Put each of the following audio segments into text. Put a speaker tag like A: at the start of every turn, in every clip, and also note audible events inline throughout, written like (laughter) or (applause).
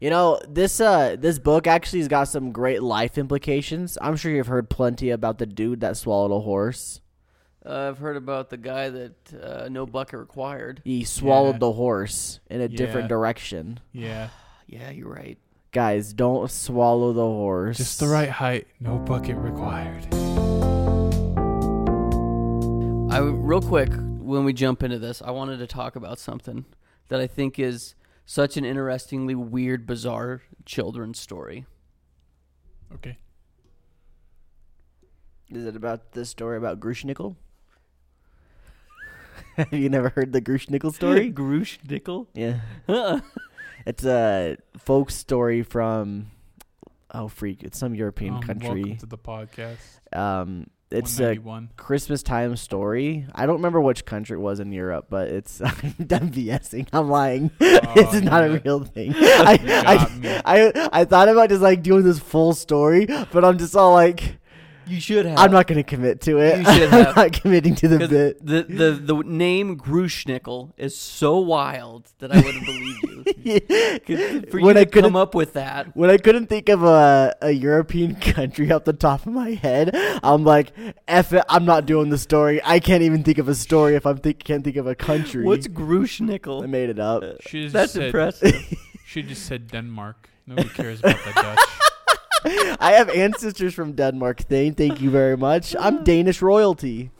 A: You know, this uh this book actually has got some great life implications. I'm sure you've heard plenty about the dude that swallowed a horse.
B: Uh, I've heard about the guy that uh, no bucket required.
A: He swallowed
C: Yeah.
A: the horse in a different
C: Yeah.
A: direction.
C: Yeah.
B: Yeah, you're right.
A: Guys, don't swallow the horse.
C: Just the right height, no bucket required.
B: I real quick when we jump into this, I wanted to talk about something that I think is such an interestingly weird, bizarre children's
C: (laughs)
B: story.
C: Okay.
A: Is it about this story about Grushnickel? (laughs) Have you never heard the Grushnickel
C: (laughs)
A: story?
B: Grush Dickel.
A: yeah. (laughs) It's a folk story from oh freak, it's some European
C: Um, Welcome
A: country.
C: to the podcast.
A: Um
B: uh,
A: it's a
C: 191.
A: Christmas time story. I don't remember which country it was in Europe, but it's (laughs) I'm BSing. I'm lying. (laughs)
B: Oh,
A: it's not
C: yeah.
A: a real
B: (laughs)
A: thing. I,
C: got me.
A: I, I I thought about just like doing this full story, but I'm just all like
B: You should have.
A: I'm not gonna commit to it.
B: You should
A: (laughs) I'm
B: have.
A: not committing to the
B: 'Cause
A: bit.
B: The, the the name Grushnickel is so wild that I wouldn't believe
A: (laughs)
B: you. (laughs) 'Cause For
A: When
B: you
A: I
B: to
A: couldn't-
B: come up with that,
A: When I couldn't think of a, a European (laughs) country off the top of my head, I'm like, F it, I'm not doing the story. I can't even think of a story if I am think, can't think of a country.
B: what's Uh,
A: I
B: Grushnickel?
A: made it up.
C: She just
B: That's
C: said,
B: impressive.
C: She just said Denmark. Nobody cares about the
B: (laughs)
C: Dutch.
A: (laughs) I have ancestors from Denmark, Thane. Thank you very much.
B: Mm.
A: I'm Danish royalty.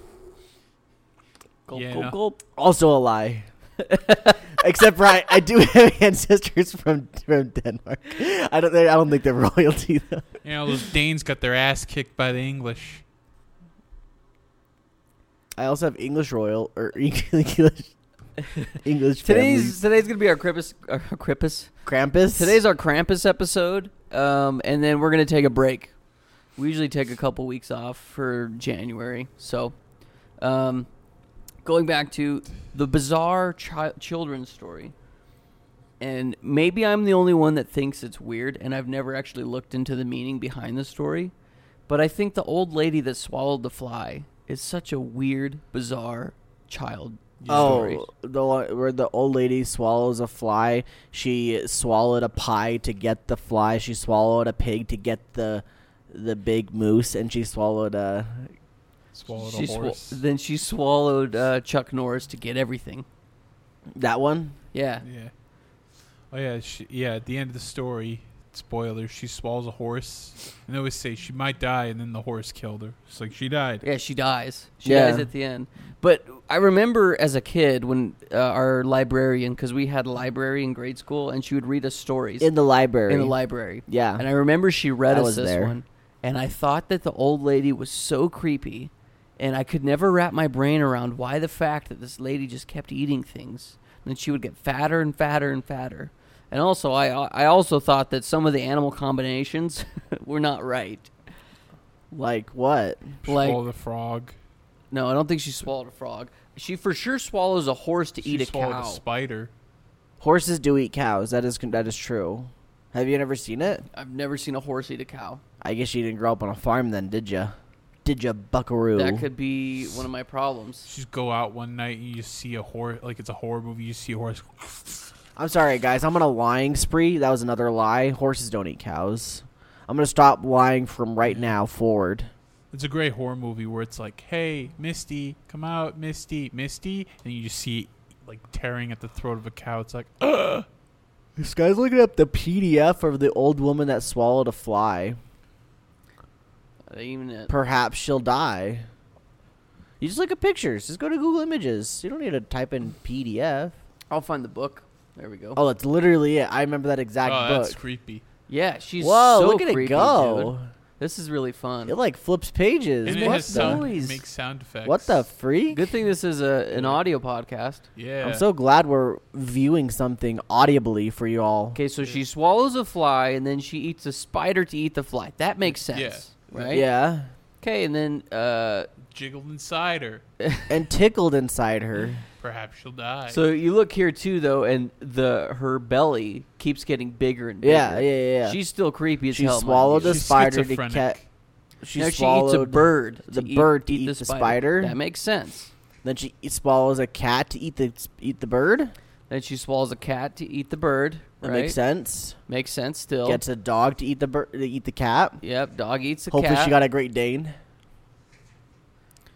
B: Gulp,
C: Yeah.
B: gulp, gulp.
A: Also a lie. (laughs) Except for I, I do (laughs) have ancestors from from Denmark. I don't they- I don't think they're (laughs) royalty though.
C: You know, those Danes got their ass kicked by the English.
A: I also have English royal or (laughs) English English
B: (laughs) Today's today's gonna be our Crippus, our Crippus
A: families. Krampus.
B: Today's our Krampus episode, um, and then we're gonna take a break. We usually take a couple weeks off for January, so um, going back to the bizarre chi- children's story, and maybe I'm the only one that thinks it's weird, and I've never actually looked into the meaning behind the story, but I think the old lady that swallowed the fly is such a weird, bizarre child. story.
A: Oh, the one where the old lady swallows a fly. She swallowed a pie to get the fly. She swallowed a pig to get the the big moose, and she swallowed a.
C: Swallowed
B: She
C: a
B: swa-
C: horse.
B: then she swallowed uh, Chuck Norris to get everything.
A: That one.
B: Yeah.
C: yeah. Oh yeah. She, yeah. At the end of the story, spoiler: she swallows a horse, and they always say she might die, and then the horse killed her. It's like she died.
B: Yeah, she dies. She
A: Yeah.
B: dies at the end. But I remember as a kid when uh, our librarian, because we had a library in grade school, and she would read us stories
A: In the library.
B: in the library.
A: Yeah.
B: And I remember she read
A: I
B: us
A: was
B: this
A: there.
B: one, and I thought that the old lady was so creepy, and I could never wrap my brain around why the fact that this lady just kept eating things, and then she would get fatter and fatter and fatter. And also, I uh, I also thought that some of the animal combinations (laughs) were not right.
A: like what?
B: Like
C: Swallow the frog.
B: No, I don't think she swallowed a frog. She for sure swallows a horse to
C: She
B: eat a
C: swallowed
B: cow.
C: a spider.
A: Horses do eat cows. That is con- that is true. Have you never seen it?
B: I've never seen a horse eat a cow.
A: I guess you didn't grow up on a farm then, did ya? Did ya, buckaroo?
B: That could be one of my problems.
C: She just go out one night and you just see a horse. Like it's a horror movie. You see a horse.
A: I'm sorry, guys. I'm on a lying spree. That was another lie. Horses don't eat cows. I'm gonna stop lying from right now forward.
C: It's a great horror movie where it's like, "Hey, Misty, come out, Misty, Misty," and you just see like tearing at the throat of a cow. It's like, ugh.
A: This guy's looking up the PDF of the old woman that swallowed a fly.
B: That Even it.
A: Perhaps she'll die. You just look at pictures. Just go to Google Images. You don't need to type in PDF.
B: I'll find the book. There we go.
A: Oh, that's literally it. I remember that exact
C: oh,
A: book.
C: that's creepy.
B: Yeah, she's
A: Whoa,
B: so
A: look at
B: creepy,
A: it go.
B: dude. This is really fun.
A: It like flips pages.
C: And
B: It's
C: it
A: what,
C: has
A: the,
C: sound.
B: noise.
C: It makes sound effects.
A: what the freak?
B: Good thing this is a an audio podcast.
C: yeah.
A: I'm so glad we're viewing something audibly for you all.
B: Okay, so she swallows a fly and then she eats a spider to eat the fly. That makes sense,
C: Yeah.
B: right?
A: Yeah.
B: Okay, and then uh,
C: jiggled inside her.
A: And tickled inside her.
C: Perhaps she'll die.
B: So you look here too, though, and the her belly keeps getting bigger and bigger.
A: Yeah, yeah, yeah, yeah.
B: She's still creepy as
A: She
B: hell. mind
A: swallowed
B: you.
A: the
C: She's
A: spider to
C: schizophrenic.
A: catch. She
B: Now she
A: swallowed
B: eats a bird.
A: the
B: to eat-
A: bird to
B: eat,
A: eat
B: the,
A: the
B: spider.
A: spider.
B: That makes sense.
A: e-, Then she eat- swallows a cat to eat the eat the bird.
B: Then she swallows a cat to eat the bird.
A: That
B: right?
A: makes sense.
B: Makes sense still.
A: Gets a dog to eat the bir- to eat the cat.
B: yep, dog eats a
A: Hopefully,
B: cat.
A: she got a Great Dane.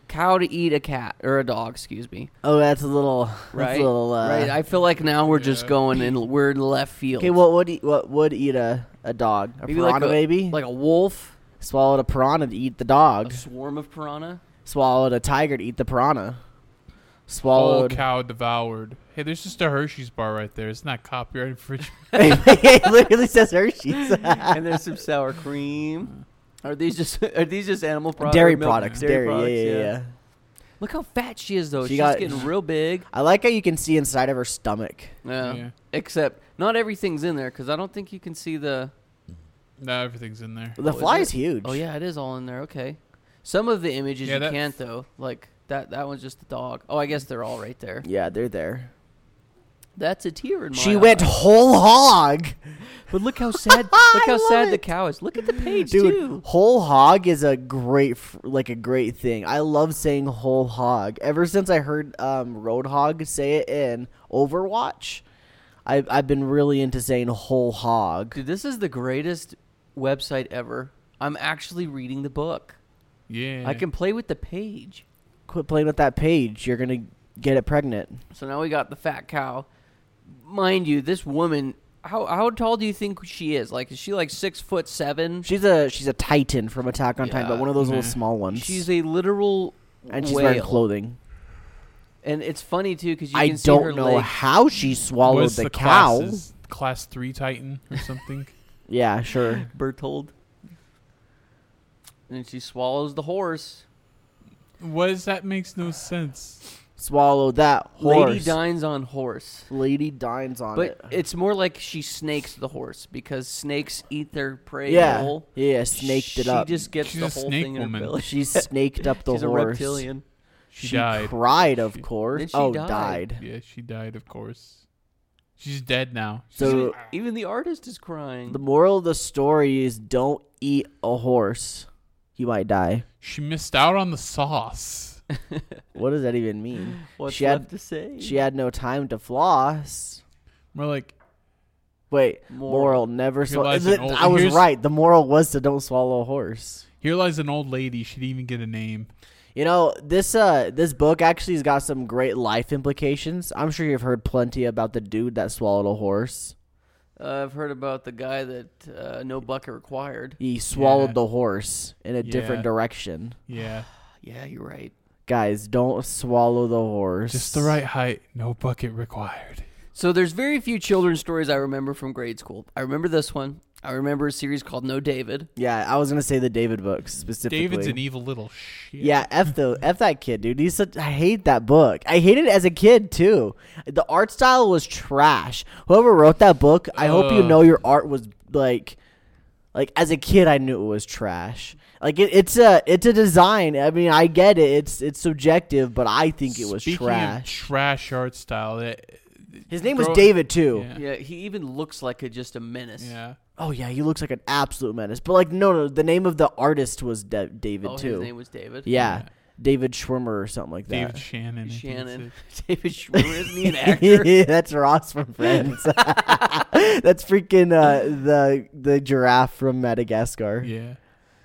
B: cow to eat a cat or a dog, excuse me.
A: Oh, that's a little
B: Right.
A: That's a little, uh,
B: right. I feel like now we're just
C: Yeah.
B: going in we're in left field.
A: okay, what would eat, what would eat a a dog? A
B: Maybe like
A: piranha,
B: a-
A: maybe.
B: like a wolf,
A: swallowed a piranha to eat the
B: a
A: dog.
B: swarm of
A: (laughs)
B: piranha.
A: swallowed a tiger to eat the piranha.
C: Whole
B: Oh,
A: (laughs) Swallowed.
C: cow devoured. Hey, there's just a Hershey's bar right there. It's not copyright (laughs) infringement.
A: it literally says
B: (laughs)
A: Hershey's.
B: and there's some sour cream. Are these just (laughs) are these just animal products?
A: dairy
B: milk-
A: products, dairy, yeah, yeah, yeah.
B: Look how fat she is though.
A: She
B: She's
A: got- (laughs)
B: getting real big.
A: I like how you can see inside of her stomach.
B: Yeah.
C: Yeah.
B: Except not everything's in there because I don't think you can see the.
C: no, everything's in there.
A: The
B: Oh, is
A: fly
B: it?
A: is huge.
B: Oh yeah, it is all in there. Okay. Some of the images
C: Yeah,
B: you
C: that-
B: can't though. Like that. That one's just the dog. Oh, I guess they're all right there.
A: Yeah, they're there.
B: That's a tear in my.
A: She went
B: eye.
A: whole hog.
B: But look (laughs) how sad. look
A: I
B: how
A: love
B: sad the
A: it.
B: cow is. Look at the page
A: Dude,
B: too.
A: whole hog is a great f- like a great thing. I love saying whole hog. Ever since I heard um Roadhog say it in Overwatch, I I've been really into saying whole hog.
B: Dude, this is the greatest website ever. I'm actually reading the book.
C: Yeah.
B: I can play with the page.
A: Quit playing with that page. You're going to get it pregnant.
B: So now we got the fat cow. Mind you, this woman. How how tall do you think she is? Like, is she like six foot seven?
A: She's a she's a titan from Attack on Titan,
B: Yeah.
A: but one of those
C: Yeah.
A: little small ones.
B: She's a literal
A: and she's
B: whale.
A: wearing clothing.
B: And it's funny too because you
A: I
B: can see her
A: don't know
B: (laughs) leg.
A: how she swallowed
C: What's
A: the, cow.
C: classes? Class three Titan
A: (laughs)
C: or something.
A: Yeah, sure.
B: Bertold. And she swallows the horse.
C: what is that? Makes no sense.
A: Swallowed that horse.
B: Lady dines on horse.
A: Lady dines on
B: But
A: it.
B: it's more like she snakes the horse because snakes eat their prey
A: yeah,
B: whole.
A: yeah, snaked it
B: she
A: up.
B: She just gets
C: She's
B: the
C: a
B: whole
C: snake
B: thing in her
C: woman.
B: belly.
A: She snaked
B: (laughs)
A: up (laughs) the
B: She's
A: horse.
B: a reptilian.
C: She,
A: She
C: died.
A: cried, of course.
B: Then she
A: oh,
B: died.
C: yeah, she died. Of course. She's dead now. She's
A: So-
C: like,
B: Even the artist is crying.
A: The moral of the story is don't eat a horse. You might die.
C: she missed out on the sauce.
A: What does that even mean?
B: (sighs) What's
A: she had-
B: left to say?
A: She had no time to floss.
C: More like
A: Wait,
B: Moral.
A: moral, never swallow.
C: lies an old-
A: I was
C: here's-
A: right. The moral was to don't swallow a horse.
C: here lies an old lady. She didn't even get a name.
A: You know this uh this book actually has got some great life implications. I'm sure you've heard plenty about the dude that swallowed a horse.
B: Uh, I've heard about the guy that uh, no bucket required.
A: He swallowed
C: Yeah.
A: the horse in a different
C: Yeah.
A: direction.
C: Yeah,
B: Yeah, you're right.
A: Guys, don't swallow the horse.
C: just the right height. No bucket required.
B: So there's very few children's stories I remember from grade school. I remember this one. I remember a series called No David.
A: Yeah, I was gonna say the David book specifically.
C: David's an evil little shit.
A: Yeah, f the f that kid, dude. He's such, I hate that book. I hated it as a kid too. The art style was trash. Whoever wrote that book, I hope you
C: Ugh.
A: know your art was like, like as a kid, I knew it was trash. Like it, it's a it's a design. I mean, I get it. It's it's subjective, but I think it was
C: Speaking Of
A: trash.
C: trash art style. That,
A: His name was
C: throw-
A: David too.
C: Yeah.
B: Yeah, he even looks like a, just a menace.
C: yeah.
A: Oh yeah, he looks like an absolute menace. But like, no, no, the name of the artist was Da- David
B: Oh,
A: too.
B: his name was David.
A: yeah.
C: Yeah.
A: David Schwimmer or something like that.
C: David Shannon. I think
B: Shannon.
C: it's
B: (laughs) David Schwimmer isn't he
A: (laughs)
B: an actor?
A: That's Ross from Friends. (laughs) That's freaking uh, the the giraffe from
C: it.
A: Madagascar.
C: Yeah.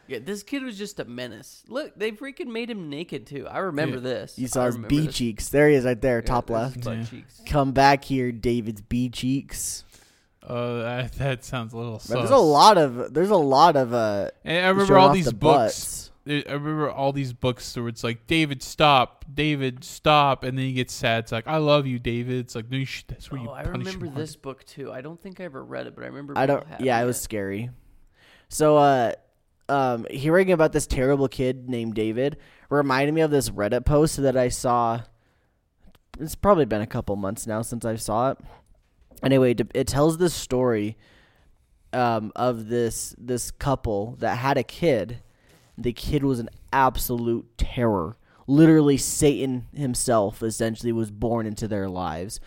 B: yeah, this kid was just a menace. Look, they freaking made him naked too. I remember
C: Yeah.
B: this.
A: You saw
B: I
A: his
B: remember
A: bee
B: this.
A: cheeks. There he is, right there,
B: Yeah,
A: top
B: there's
A: left.
B: his butt
C: Yeah.
B: cheeks.
A: Come back here, David's bee cheeks.
C: Oh, that, that sounds a little.
A: Man,
C: Sus.
A: there's a lot of there's a lot of uh.
C: And I remember
A: showing
C: all
A: off
C: these
A: the
C: books.
A: butts.
C: I I remember all these books where it's like David, stop, David, stop, and then you get sad. It's like I love you, David. It's like no, you should, that's where you
B: Oh, I
C: punish
B: remember
C: him.
B: this book too. I don't think I ever read it, but I remember.
A: I don't.
B: people having
A: Yeah, it was scary. So, uh, um, hearing about this terrible kid named David reminded me of this Reddit post that I saw. It's probably been a couple months now since I saw it. Anyway, d- it tells this story um, of this this couple that had a kid. The kid was an absolute terror. Literally, Satan himself essentially was born into their lives,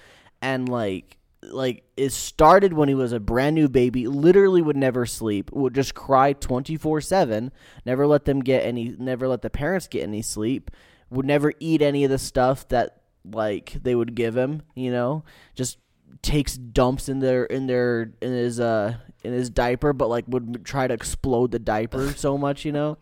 A: and like like it started when he was a brand new baby literally would never sleep would just cry 24/7 never let them get any never let the parents get any sleep would never eat any of the stuff that like they would give him you know just takes dumps in their in their in his uh in his diaper, but like would try to explode the diaper so much, you know.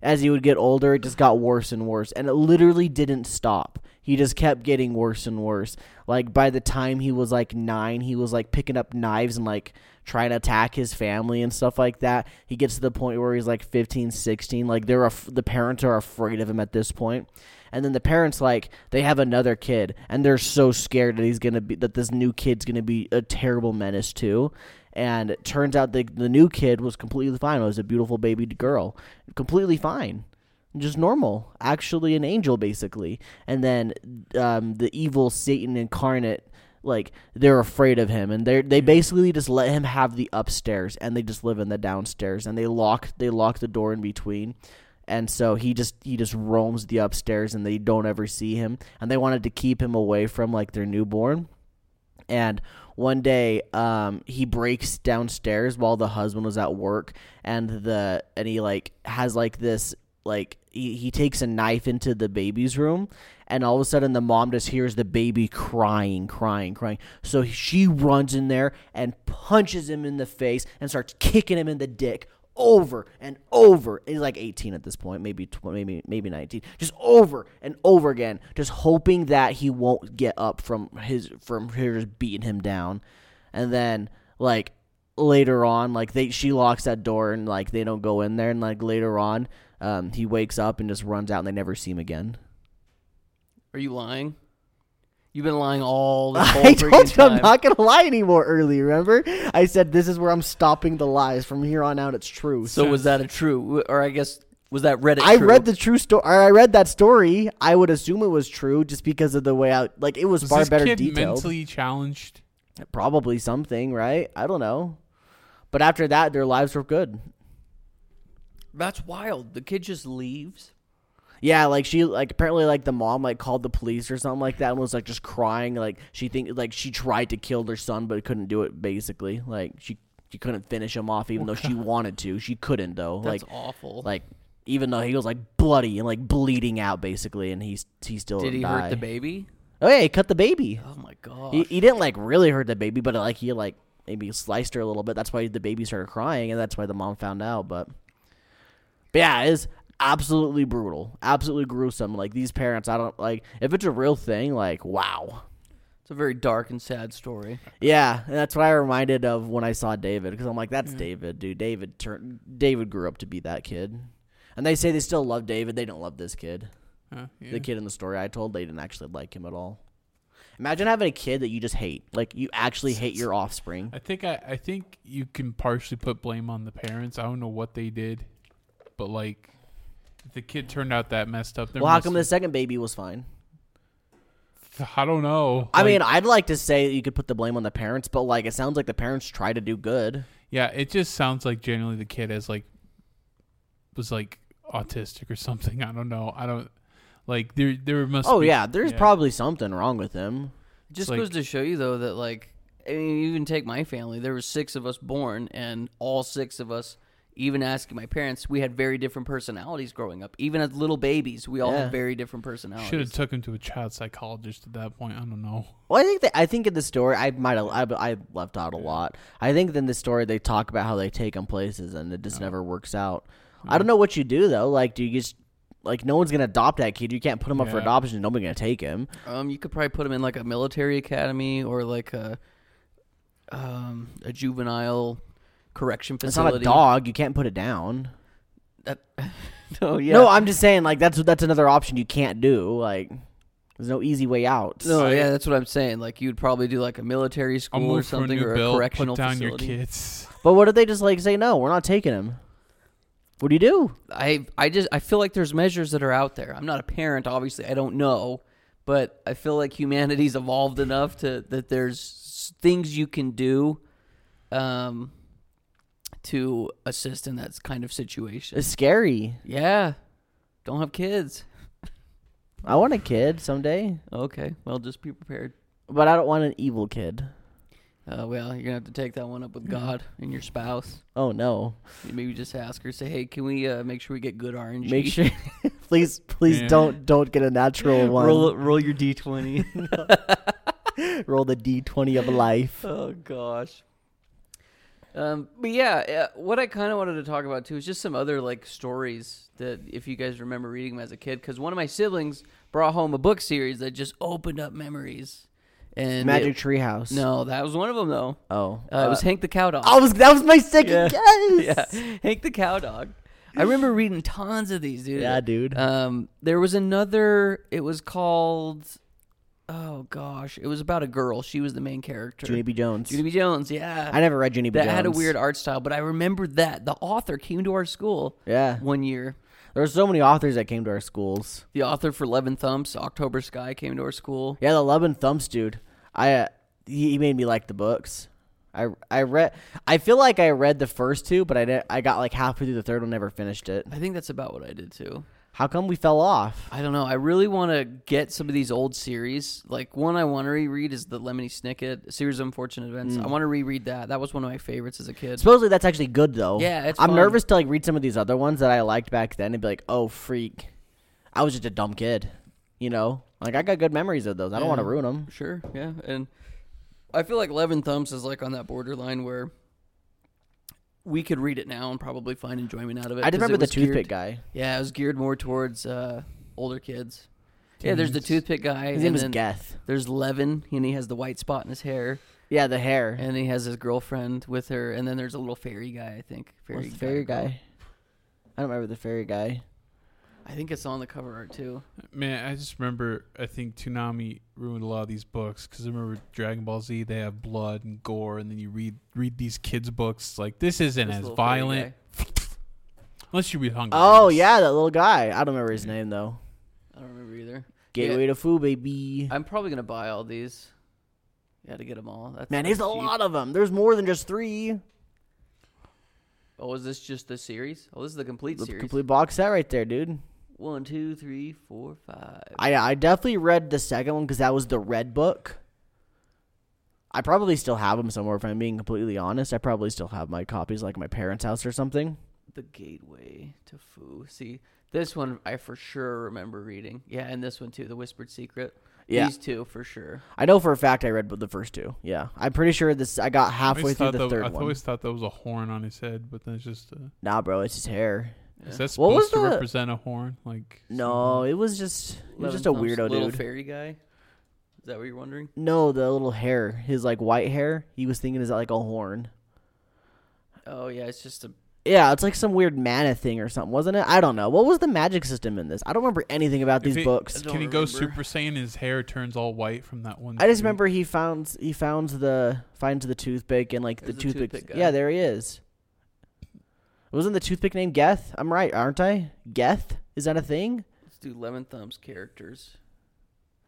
A: As he would get older, it just got worse and worse, and it literally didn't stop. He just kept getting worse and worse. Like by the time he was like nine, he was like picking up knives and like trying to attack his family and stuff like that. He gets to the point where he's like 15, 16. Like they're af- the parents are afraid of him at this point. And then the parents like they have another kid and they're so scared that he's going to be that this new kid's going to be a terrible menace too. And it turns out the the new kid was completely fine. It was a beautiful baby girl. Completely fine. Just normal, actually an angel basically. And then um, the evil Satan incarnate like they're afraid of him and they they basically just let him have the upstairs and they just live in the downstairs and they lock they lock the door in between and so he just he just roams the upstairs and they don't ever see him and they wanted to keep him away from like their newborn and one day um, he breaks downstairs while the husband was at work and the and he like has like this like he, he takes a knife into the baby's room and all of a sudden the mom just hears the baby crying crying crying so she runs in there and punches him in the face and starts kicking him in the dick over and over. He's like 18 at this point, maybe 20, maybe maybe 19. Just over and over again, just hoping that he won't get up from his from her just beating him down. And then like later on, like they she locks that door and like they don't go in there and like later on, um he wakes up and just runs out and they never see him again. (laughs)
B: Are you lying? You've been lying all the
A: (laughs)
B: whole
A: I told
B: freaking
A: you I'm
B: time.
A: not gonna lie anymore early, remember? I said this is where I'm stopping the lies. From here on out it's true.
B: So was that a true, or I guess was that Reddit?
A: I
B: true?
A: read the true story. I read that story. I would assume it was true just because of the way out. Like it was,
C: Was
A: far
C: this
A: better
C: kid
A: detailed.
C: mentally challenged?
A: Probably something, right? I don't know. But after that, their lives were good.
B: That's wild. The kid just leaves.
A: Yeah, like she, like apparently, like the mom, like called the police or something like that, and was like just crying, like she think, like she tried to kill their son, but couldn't do it. Basically, like she, she couldn't finish him off, even though
B: (laughs)
A: she wanted to. She couldn't though.
B: That's
A: like,
B: awful.
A: like even though he was like bloody and like bleeding out, basically, and he's he still
B: Did he
A: died.
B: hurt the baby?
A: Oh yeah, he cut the baby.
B: Oh my god.
A: He, he didn't like really hurt the baby, but like he like maybe sliced her a little bit. That's why the baby started crying, and that's why the mom found out. But, but yeah, it's absolutely brutal, absolutely gruesome. Like these parents, I don't like if it's a real thing. Like wow,
B: it's a very dark and sad story.
A: yeah, and that's what I reminded of when I saw David because I'm like, that's David, dude. David turned. David grew up to be that kid, and they say they still love David. They don't love this kid.
C: Huh, yeah.
A: The kid in the story I told, they didn't actually like him at all. Imagine having a kid that you just hate. Like you actually hate your offspring.
C: I think I, I think you can partially put blame on the parents. I don't know what they did, but like if the kid turned out that messed up. there
A: Well, how
C: must-
A: come the second baby was fine?
C: I don't know.
A: I
C: Like,
A: mean, I'd like to say that you could put the blame on the parents, but like it sounds like the parents try to do good.
C: yeah, it just sounds like generally the kid has like was like autistic or something. (laughs) I don't know. I don't like there. There must.
A: Oh
C: be-
A: yeah, there's
C: yeah.
A: probably something wrong with him.
B: It just
C: like-
B: goes to show you though that like I mean, you even take my family. There were six of us born, and all six of us, even asking my parents, we had very different personalities growing up. Even as little babies, we all
A: Yeah.
B: had very different
C: Should have
B: personalities.
C: took him to a child psychologist at that point. I don't know.
A: Well, I think that I think in the story I might have I, I left out a lot. I think in the story they talk about how they take them places and it just never works out. I don't know what you do though. Like, do you just like no one's gonna adopt that kid? You can't put him up for
C: Yeah.
A: adoption. Nobody's gonna take him.
B: Um, you could probably put them in like a military academy or like a um a juvenile correction
A: It's not
B: facility.
A: a
B: (laughs)
A: dog. You can't put it down.
B: That, no, Oh, yeah.
A: No, I'm just saying like that's that's another option you can't do. Like, there's no easy way out.
B: No, Oh, yeah, that's what I'm saying. Like you'd probably do like a military
C: I'll
B: school or
C: move for a
B: something
C: new
B: or a
C: bill.
B: correctional
C: Put down
B: facility.
C: your kids. (laughs)
A: But what if they just like say no? We're not taking him. What do you do?
B: I I just I feel like there's measures that are out there. I'm not a parent, obviously. I don't know, but I feel like humanity's evolved enough to that there's things you can do, um, to assist in that kind of situation.
A: It's scary.
B: Yeah, don't have kids.
A: I want a kid someday,
B: Okay, well, just be prepared.
A: but I don't want an evil kid.
B: Uh, well, you're gonna have to take that one up
A: Hmm.
B: with God and your spouse.
A: Oh no!
B: Maybe just ask her, say, "Hey, can we uh, make sure we get good RNG?
A: Make
B: (laughs)
A: sure, please, please
C: Yeah.
A: don't don't get a natural one.
B: roll roll your d20."
A: Roll the d20 of life.
B: oh gosh. Um, but yeah, uh, what I kind of wanted to talk about too is just some other like stories that if you guys remember reading them as a kid, because one of my siblings brought home a book series that just opened up memories. (laughs) And
A: Magic
B: it-
A: Treehouse.
B: no, that was one of them though.
A: Oh.
B: Uh, it was Hank the Cow Dog.
A: I
B: (laughs)
A: was that was my second
B: Yeah. (laughs) yeah,
A: guess.
B: Hank the Cow Dog. I remember reading tons of these, dude.
A: Yeah, dude.
B: Um, there was another. It was called. Oh gosh, it was about a girl. She was the main character.
A: Junie B. Jones.
B: Junie B. Jones. Yeah,
A: I never read Junie B.
B: that
A: Jones.
B: had a weird art style, but I remembered that the author came to our school
A: Yeah.
B: one year.
A: There were so many authors that came to our schools.
B: The author for Levin Thumps, October Sky, came to our school.
A: Yeah, the Love and Thumps dude. I uh, he he made me like the books. I I read. I feel like I read the first two, but I did, I got like halfway through the third one, never finished it.
B: I think that's about what I did too.
A: How come we fell off?
B: I don't know. I really want to get some of these old series. Like one I want to reread is the Lemony Snicket series of unfortunate events.
A: Mm.
B: I want to reread that. That was one of my favorites as a kid.
A: Supposedly that's actually good though.
B: Yeah, it's
A: I'm
B: fun.
A: nervous to like read some of these other ones that I liked back then and be like, oh freak, I was just a dumb kid. You know, like I got good memories of those. I don't want to
B: Yeah.
A: ruin them.
B: Sure, yeah, and I feel like Levin Thumps is like on that borderline where we could read it now and probably find enjoyment out of it.
A: I just
B: 'cause it
A: remember the
B: was geared-
A: toothpick guy.
B: Yeah, it was geared more towards uh, older kids. Yeah, there's the
C: Dudes.
B: toothpick guy.
A: His
B: and
A: name was
B: then
A: Geth.
B: There's Levin, and he has the white spot in his hair,
A: Yeah, the hair.
B: and he has his girlfriend with her, and then there's a little fairy guy. I think fairy
A: What's the fairy
B: called?
A: guy? I don't remember the fairy guy.
B: I think it's on the cover art too.
C: Man, I just remember. I think Toonami ruined a lot of these books because I remember Dragon Ball Z. They have blood and gore, and then you read read these kids' books. Like this isn't
B: This
C: as
B: little fairy
C: violent, unless you read Hunger.
A: Oh
C: Games.
A: yeah, that little guy. I don't remember his
B: Mm-hmm.
A: name though.
B: I don't remember either.
A: Gateway to Foo, baby.
B: I'm probably gonna buy all these. Yeah, to get them all. That's
A: Man, there's a
B: cheap.
A: lot of them. There's more than just three.
B: Oh, is this just the series? Oh, this is the complete
A: The
B: series.
A: complete box set right there, dude.
B: One, two, three, four, five.
A: I I definitely read the second one because that was the red book. I probably still have them somewhere. If I'm being completely honest, I probably still have my copies, like at my parents' house or something.
B: The Gateway to Foo. See, this one I for sure remember reading. Yeah, and this one too, The Whispered Secret.
A: Yeah.
B: These two for sure.
A: I know for a fact I read the first two. Yeah, I'm pretty sure this. I got
C: I
A: halfway
C: always
A: through
C: thought
A: the
C: that-
A: third
C: I
A: one.
C: always thought that was a horn on his head, but then it's just. Uh,
A: Nah, bro, it's his hair.
B: Yeah.
C: Is that
A: What was
C: supposed to
A: the-
C: represent a horn? Like
A: No, it was just it was
B: Levin
A: just a
B: Thompson,
A: weirdo
B: little
A: dude.
B: fairy guy. Is that what you're wondering?
A: No, the little hair, his like white hair. He was thinking is that like a horn.
B: Oh yeah, it's just a
A: Yeah, it's like some weird mana thing or something, wasn't it? I don't know. What was the magic system in this? I don't remember anything about
C: If
A: these
C: it-
A: books.
B: don't
C: Can he go
B: remember.
C: Super Saiyan? His hair turns all white from that one.
A: I just
C: dude.
A: remember he found he found the finds the toothpick and like the
B: There's a
A: toothpick.
B: toothpick guy.
A: yeah, there he is. Wasn't the toothpick named Geth? I'm right, aren't I? Geth is that a thing?
B: let's do Lemon Thumb's characters.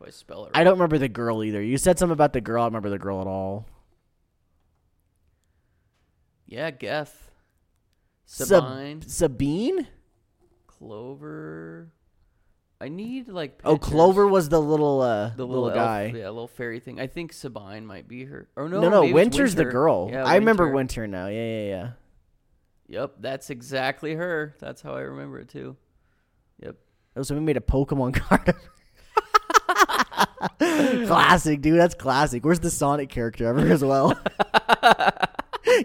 B: If I spell it right.
A: I don't remember the girl either. You said something about the girl. I don't remember the girl at all.
B: Yeah, Geth.
A: Sub-
B: Sabine.
A: Sabine?
B: Clover. I need like
A: Oh,
B: pictures.
A: Clover was the little uh,
B: the
A: little,
B: little,
A: guy.
B: elf, yeah, little fairy thing. I think Sabine might be her. Or no,
A: No, no,
B: maybe it's
A: Winter's the
B: Winter.
A: girl.
B: Yeah,
A: I remember Winter now. Yeah, yeah, yeah.
B: Yep, that's exactly her. That's how I remember it too. Yep.
A: Oh, so we made a Pokemon (laughs) card. of her. classic, dude. That's classic. Where's the Sonic character ever as
B: (laughs)
A: well?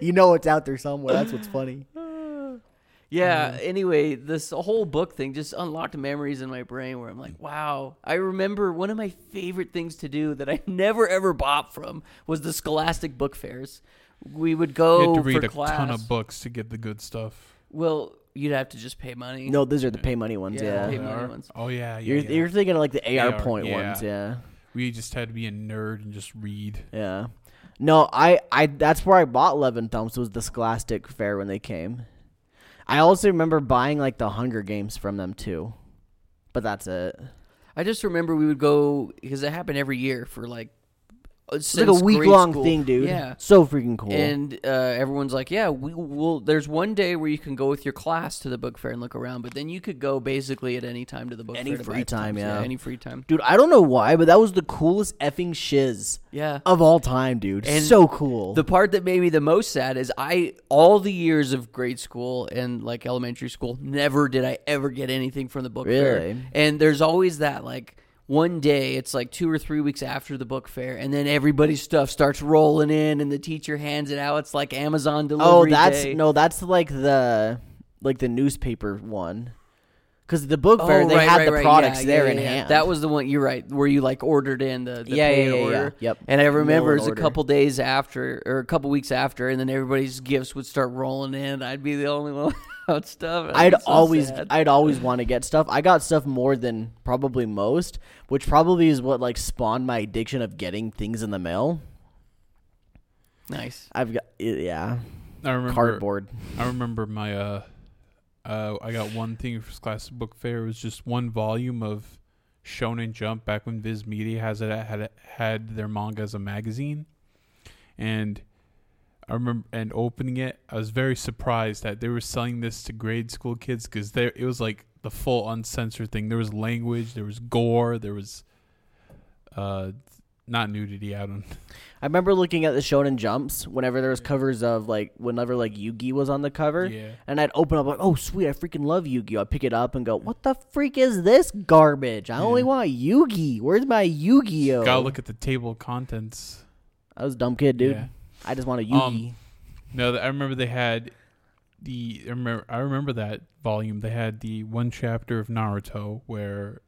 A: you know it's out there somewhere. That's what's funny.
B: Yeah.
C: Mm-hmm.
B: Anyway, this whole book thing just unlocked memories in my brain where I'm like, wow. I remember one of my favorite things to do that I (laughs) never ever bought from was the Scholastic book fairs. We would
C: You
B: go
A: oh,
C: had to read
B: for
C: a
B: class.
C: ton of books to get the good stuff.
B: Well, you'd have to just pay money.
A: No, those are the pay money ones.
B: Yeah,
A: Yeah,
B: pay- Hey, money
C: AR?
B: ones.
C: Oh yeah, yeah.
A: you're
C: yeah.
A: you're thinking of like the AR,
C: AR,
A: point
C: yeah.
A: ones. Yeah,
C: we just had to be a nerd and just read.
A: yeah. No, I I that's where I bought Levin Thumps was the Scholastic Fair when they came. I also remember buying like the Hunger Games from them too, but that's it.
B: I just remember we would go because it happened every year for like uh,
A: It's like a week long thing, dude.
B: Yeah.
A: So freaking cool.
B: And uh, everyone's like, "Yeah, we will." There's one day where you can go with your class to the book fair and look around, but then you could go basically at any time to the book
A: Any
B: fair. to
A: free
B: buy
A: time,
B: books.
A: yeah.
B: Any free time.
A: dude, I don't know why, but that was the coolest effing shiz
B: Yeah.
A: of all time, dude.
B: And
A: so cool.
B: The part that made me the most sad is I all the years of grade school and like elementary school, never did I ever get anything from the book fair.
A: Really?
B: And there's always that like one day it's like two or three weeks after the book fair and then everybody's stuff starts rolling in and the teacher hands it out it's like amazon
A: Oh,
B: delivery
A: that's
B: day.
A: no, that's like the like the newspaper one. Because the book
B: Oh,
A: fair, they
B: right,
A: had
B: right,
A: the
B: right.
A: products
B: Yeah,
A: there
B: yeah,
A: in
B: yeah.
A: hand.
B: That was the one you're right, where you like ordered in the, the
A: yeah,
B: pay
A: yeah,
B: to
A: yeah,
B: order.
A: yeah. Yep.
B: And I
A: Mail
B: remember
A: and
B: it was a
A: order.
B: couple days after, or a couple weeks after, and then everybody's gifts would start rolling in. I'd be the only one (laughs) without stuff.
A: I'd
B: It's so
A: always,
B: sad.
A: I'd always want to get stuff. I got stuff more than probably most, which probably is what like spawned my addiction of getting things in the mail.
B: nice.
A: I've got, yeah,
C: I remember
A: cardboard.
C: I remember my uh, uh, I got one thing for class book fair. It was just one volume of Shonen Jump back when Viz Media has it had it, had their manga as a magazine, and I remember and opening it, I was very surprised that they were selling this to grade school kids because there it was like the full uncensored thing. There was language, there was gore, there was uh, not nudity. I don't.
A: I remember looking at the Shonen Jumps whenever there was covers of like whenever like Yu-Gi was on the cover.
C: Yeah.
A: And I'd open up like, oh sweet, I freaking love Yu-Gi. I pick it up and go, what the freak is this garbage? I only want Yu-Gi. Where's my Yu-Gi-Oh?
C: Gotta look at the table of contents.
A: I was a dumb kid, dude.
C: Yeah.
A: I just want a Yu-Gi.
C: Um, No, th- I remember they had the. I remember, I remember that volume. They had the one chapter of Naruto where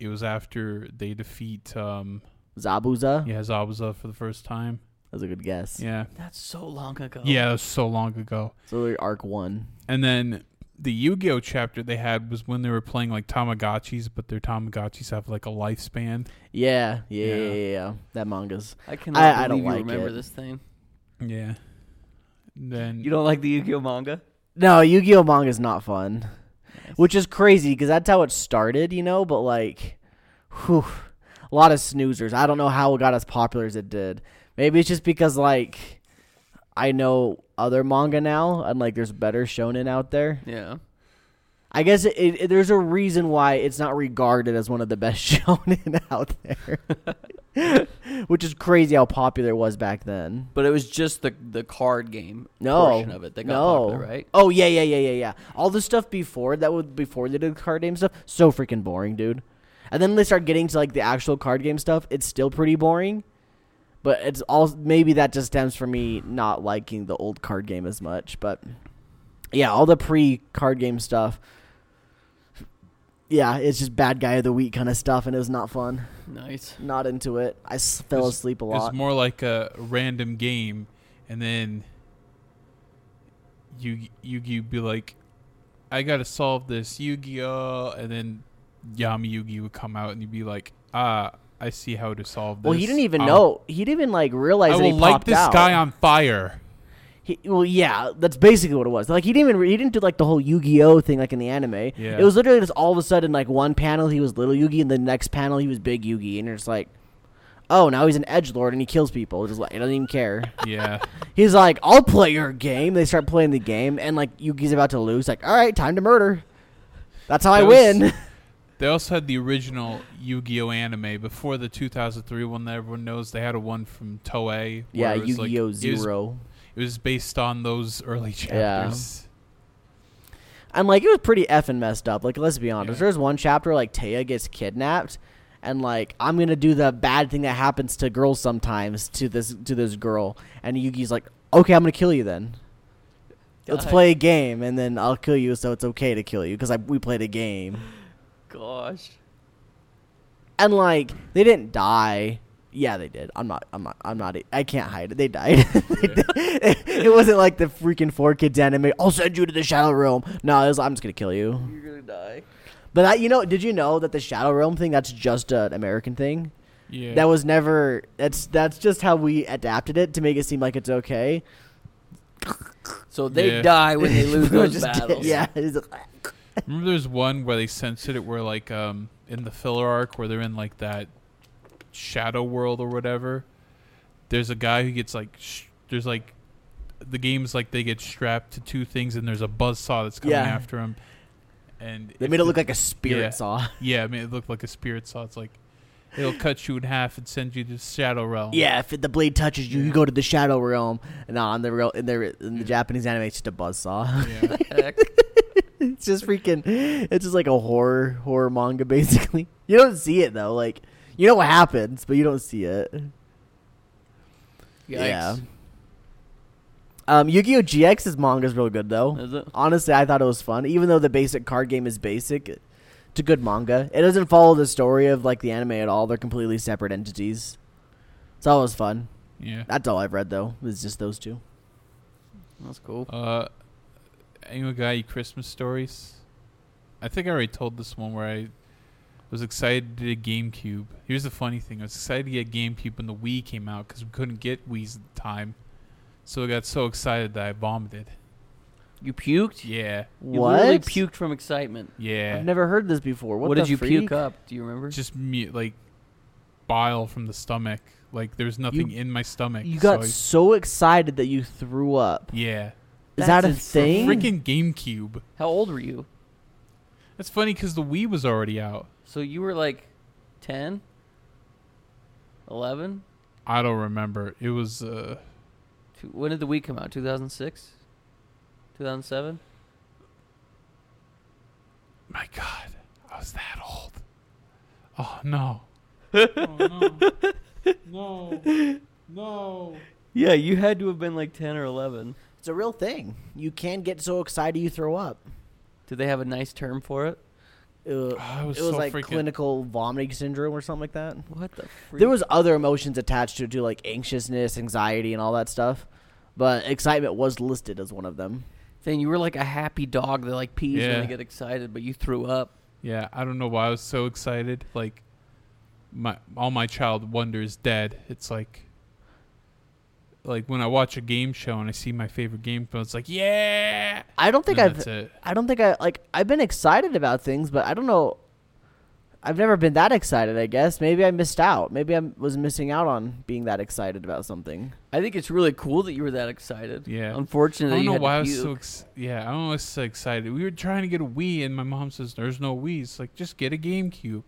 C: it was after they defeat um
A: Zabuza.
C: yeah Zabuza for the first time.
A: That was a good guess.
C: Yeah,
B: That's so long ago.
C: yeah, that was so long ago.
A: So they're arc one.
C: And then the Yu-Gi-Oh chapter they had was when they were playing like Tamagotchis, but their Tamagotchis have like a lifespan.
A: Yeah, yeah, yeah,
C: Yeah.
A: yeah. yeah. That manga's.
B: I cannot
A: I- I
B: believe
A: don't like
B: you remember
A: it.
B: this thing.
C: Yeah. And then
B: You don't like the Yu-Gi-Oh manga?
A: No, Yu-Gi-Oh manga's not fun, which is crazy because that's how it started, you know. But like, whew, a lot of snoozers. I don't know how it got as popular as it did. Maybe it's just because like I know other manga now, and like there's better shonen out there.
B: Yeah.
A: I guess it, it, there's a reason why it's not regarded as one of the best (laughs) shonen out there, which is crazy how popular it was back then.
B: But it was just the the card game
A: no
B: portion of it that got
A: no.
B: popular, right?
A: Oh yeah, yeah, yeah, yeah, yeah. All the stuff before that would before they did the card game stuff, so freaking boring, dude. And then they start getting to like the actual card game stuff. It's still pretty boring, but it's all maybe that just stems from me not liking the old card game as much. But yeah, all the pre card game stuff. Yeah, it's just bad guy of the week kind of stuff, and it was not fun.
B: Nice.
A: Not into it. I s- fell
C: It's-
A: asleep a
C: It's
A: lot.
C: more like a random game, and then you Yugi be like, "I gotta solve this Yu-Gi-Oh," and then Yami Yugi would come out, and you'd be like, "Ah, I see how to solve this."
A: Well, he didn't even
C: I'll-
A: know. He didn't even like realize
C: I
A: that he
C: will light
A: popped
C: this
A: out.
C: guy on fire.
A: He, well, yeah, that's basically what it was. Like he didn't even he didn't do like the whole Yu-Gi-Oh thing like in the anime.
C: Yeah.
A: It was literally just all of a sudden like one panel he was little Yugi and the next panel he was big Yugi and you're just like, oh now he's an edge lord and he kills people. Just like he doesn't even care.
C: Yeah, (laughs)
A: he's like, I'll play your game. They start playing the game and like Yugi's about to lose. Like all right, time to murder. That's how I
C: That was-
A: win.
C: they also had the original Yu-Gi-Oh anime before the 2003 one that everyone knows. They had a one from Toei.
A: (laughs) yeah,
C: where it was like-
A: Yu-Gi-Oh
C: it was-
A: Zero.
C: It was based on those early chapters.
A: And like it was pretty effing messed up. Like let's be honest,
C: Yeah.
A: there's one chapter like Taya gets kidnapped, and like I'm gonna do the bad thing that happens to girls sometimes to this to this girl, and Yugi's like, okay, I'm gonna kill you then. Let's
B: Die.
A: play a game, and then I'll kill you, so it's okay to kill you because we played a game.
B: Gosh.
A: And like they didn't die. Yeah, they did. I'm not. I'm not. I'm not. e, I can't hide it. They died. (laughs) They did. (laughs) it wasn't like the freaking four kids anime. I'll send you to the shadow realm. No, it was, I'm just gonna kill you.
B: You're gonna die.
A: But that, you know, did you know that the Shadow Realm thing that's just an American thing?
C: Yeah,
A: That was never. That's that's just how we adapted it to make it seem like it's okay.
B: So they
C: Yeah.
B: die when (laughs) they lose
A: We (laughs) were
B: those
A: just-
B: battles.
A: Yeah. it's like-
C: Remember, there's one where they censored it, where like um in the filler arc, where they're in like that shadow world or whatever. There's a guy who gets like sh- there's like the game's like they get strapped to two things, and there's a buzzsaw that's coming
A: Yeah.
C: after him. And
A: They
C: if
A: made it
C: the-
A: look like a spirit
C: Yeah.
A: saw.
C: yeah, I mean it looked like a spirit saw. It's like it'll cut you in half and send you to shadow realm.
A: Yeah, if the blade touches you, you go to the Shadow uh,
B: (laughs)
A: Realm. No, in the real in the in the Japanese anime, it's just a buzzsaw.
C: Yeah.
B: Heck.
A: (laughs) it's just freaking. It's just like a horror horror manga, (laughs) basically. You don't see it though. Like you know what happens, but you don't see it. Yeah. Um, Yu-Gi-Oh GX's manga is real good though.
B: Is it?
A: Honestly, I thought it was fun, even though the basic card game is basic. It's a good manga. It doesn't follow the story of like the anime at all. They're completely separate entities. So that was fun.
C: Yeah.
A: That's all I've read though. It's just those two.
B: That's cool.
C: Uh, anyone got any Christmas stories? I think I already told this one where I was excited to get a GameCube. Here's the funny thing: I was excited to get GameCube when the Wii came out because we couldn't get Wii's at the time, so I got so excited that I vomited.
B: You puked?
C: Yeah,
B: You
A: what?
B: literally puked from excitement.
C: yeah.
A: I've never heard this before. What,
B: What,
A: the
B: did you
A: freak?
B: puke up? Do you remember?
C: Just mu like bile from the stomach. Like there's nothing in my stomach.
A: You
C: so
A: got
C: I-
A: so excited that you threw up.
C: yeah.
A: Is
B: That's
A: that a
B: insane.
A: thing?
C: Freaking GameCube.
B: How old were you?
C: That's funny because the Wii was already out.
B: So you were like 10? 11?
C: I don't remember. It was uh,
B: Two- When did the Wii come out? 2006? 2007?
C: my God, I was that old. Oh no. no. No. No.
B: Yeah, you had to have been like 10 or 11.
A: It's a real thing. You can get so excited you throw up.
B: Did they have a nice term for it?
A: It,
C: (sighs) Oh, I was
A: it was
C: so
A: like
C: freaking-
A: clinical vomiting syndrome or something like that.
B: What the freak?
A: There was other emotions attached to it, too, like anxiousness, anxiety, and all that stuff. But excitement was listed as one of them.
B: thing. You were like a happy dog that like pees
C: Yeah.
B: when they get excited, but you threw up.
C: Yeah, I don't know why I was so excited. Like, my all my child wonder is dead. It's like, like when I watch a game show and I see my favorite game show, it's like, yeah.
A: I don't think
C: And
A: I've.
C: that's it.
A: I don't think I like. I've been excited about things, but I don't know. I've never been that excited. I guess maybe I missed out. Maybe I was missing out on being that excited about something.
B: I think it's really cool that you were that excited.
C: Yeah. I
B: Unfortunate that
C: don't
B: you
C: know
B: had
C: why I
B: to
C: was so
B: puke.
C: ex- yeah. I don't know why I was so excited. We were trying to get a Wii, and my mom says there's no Wii. It's like just get a GameCube.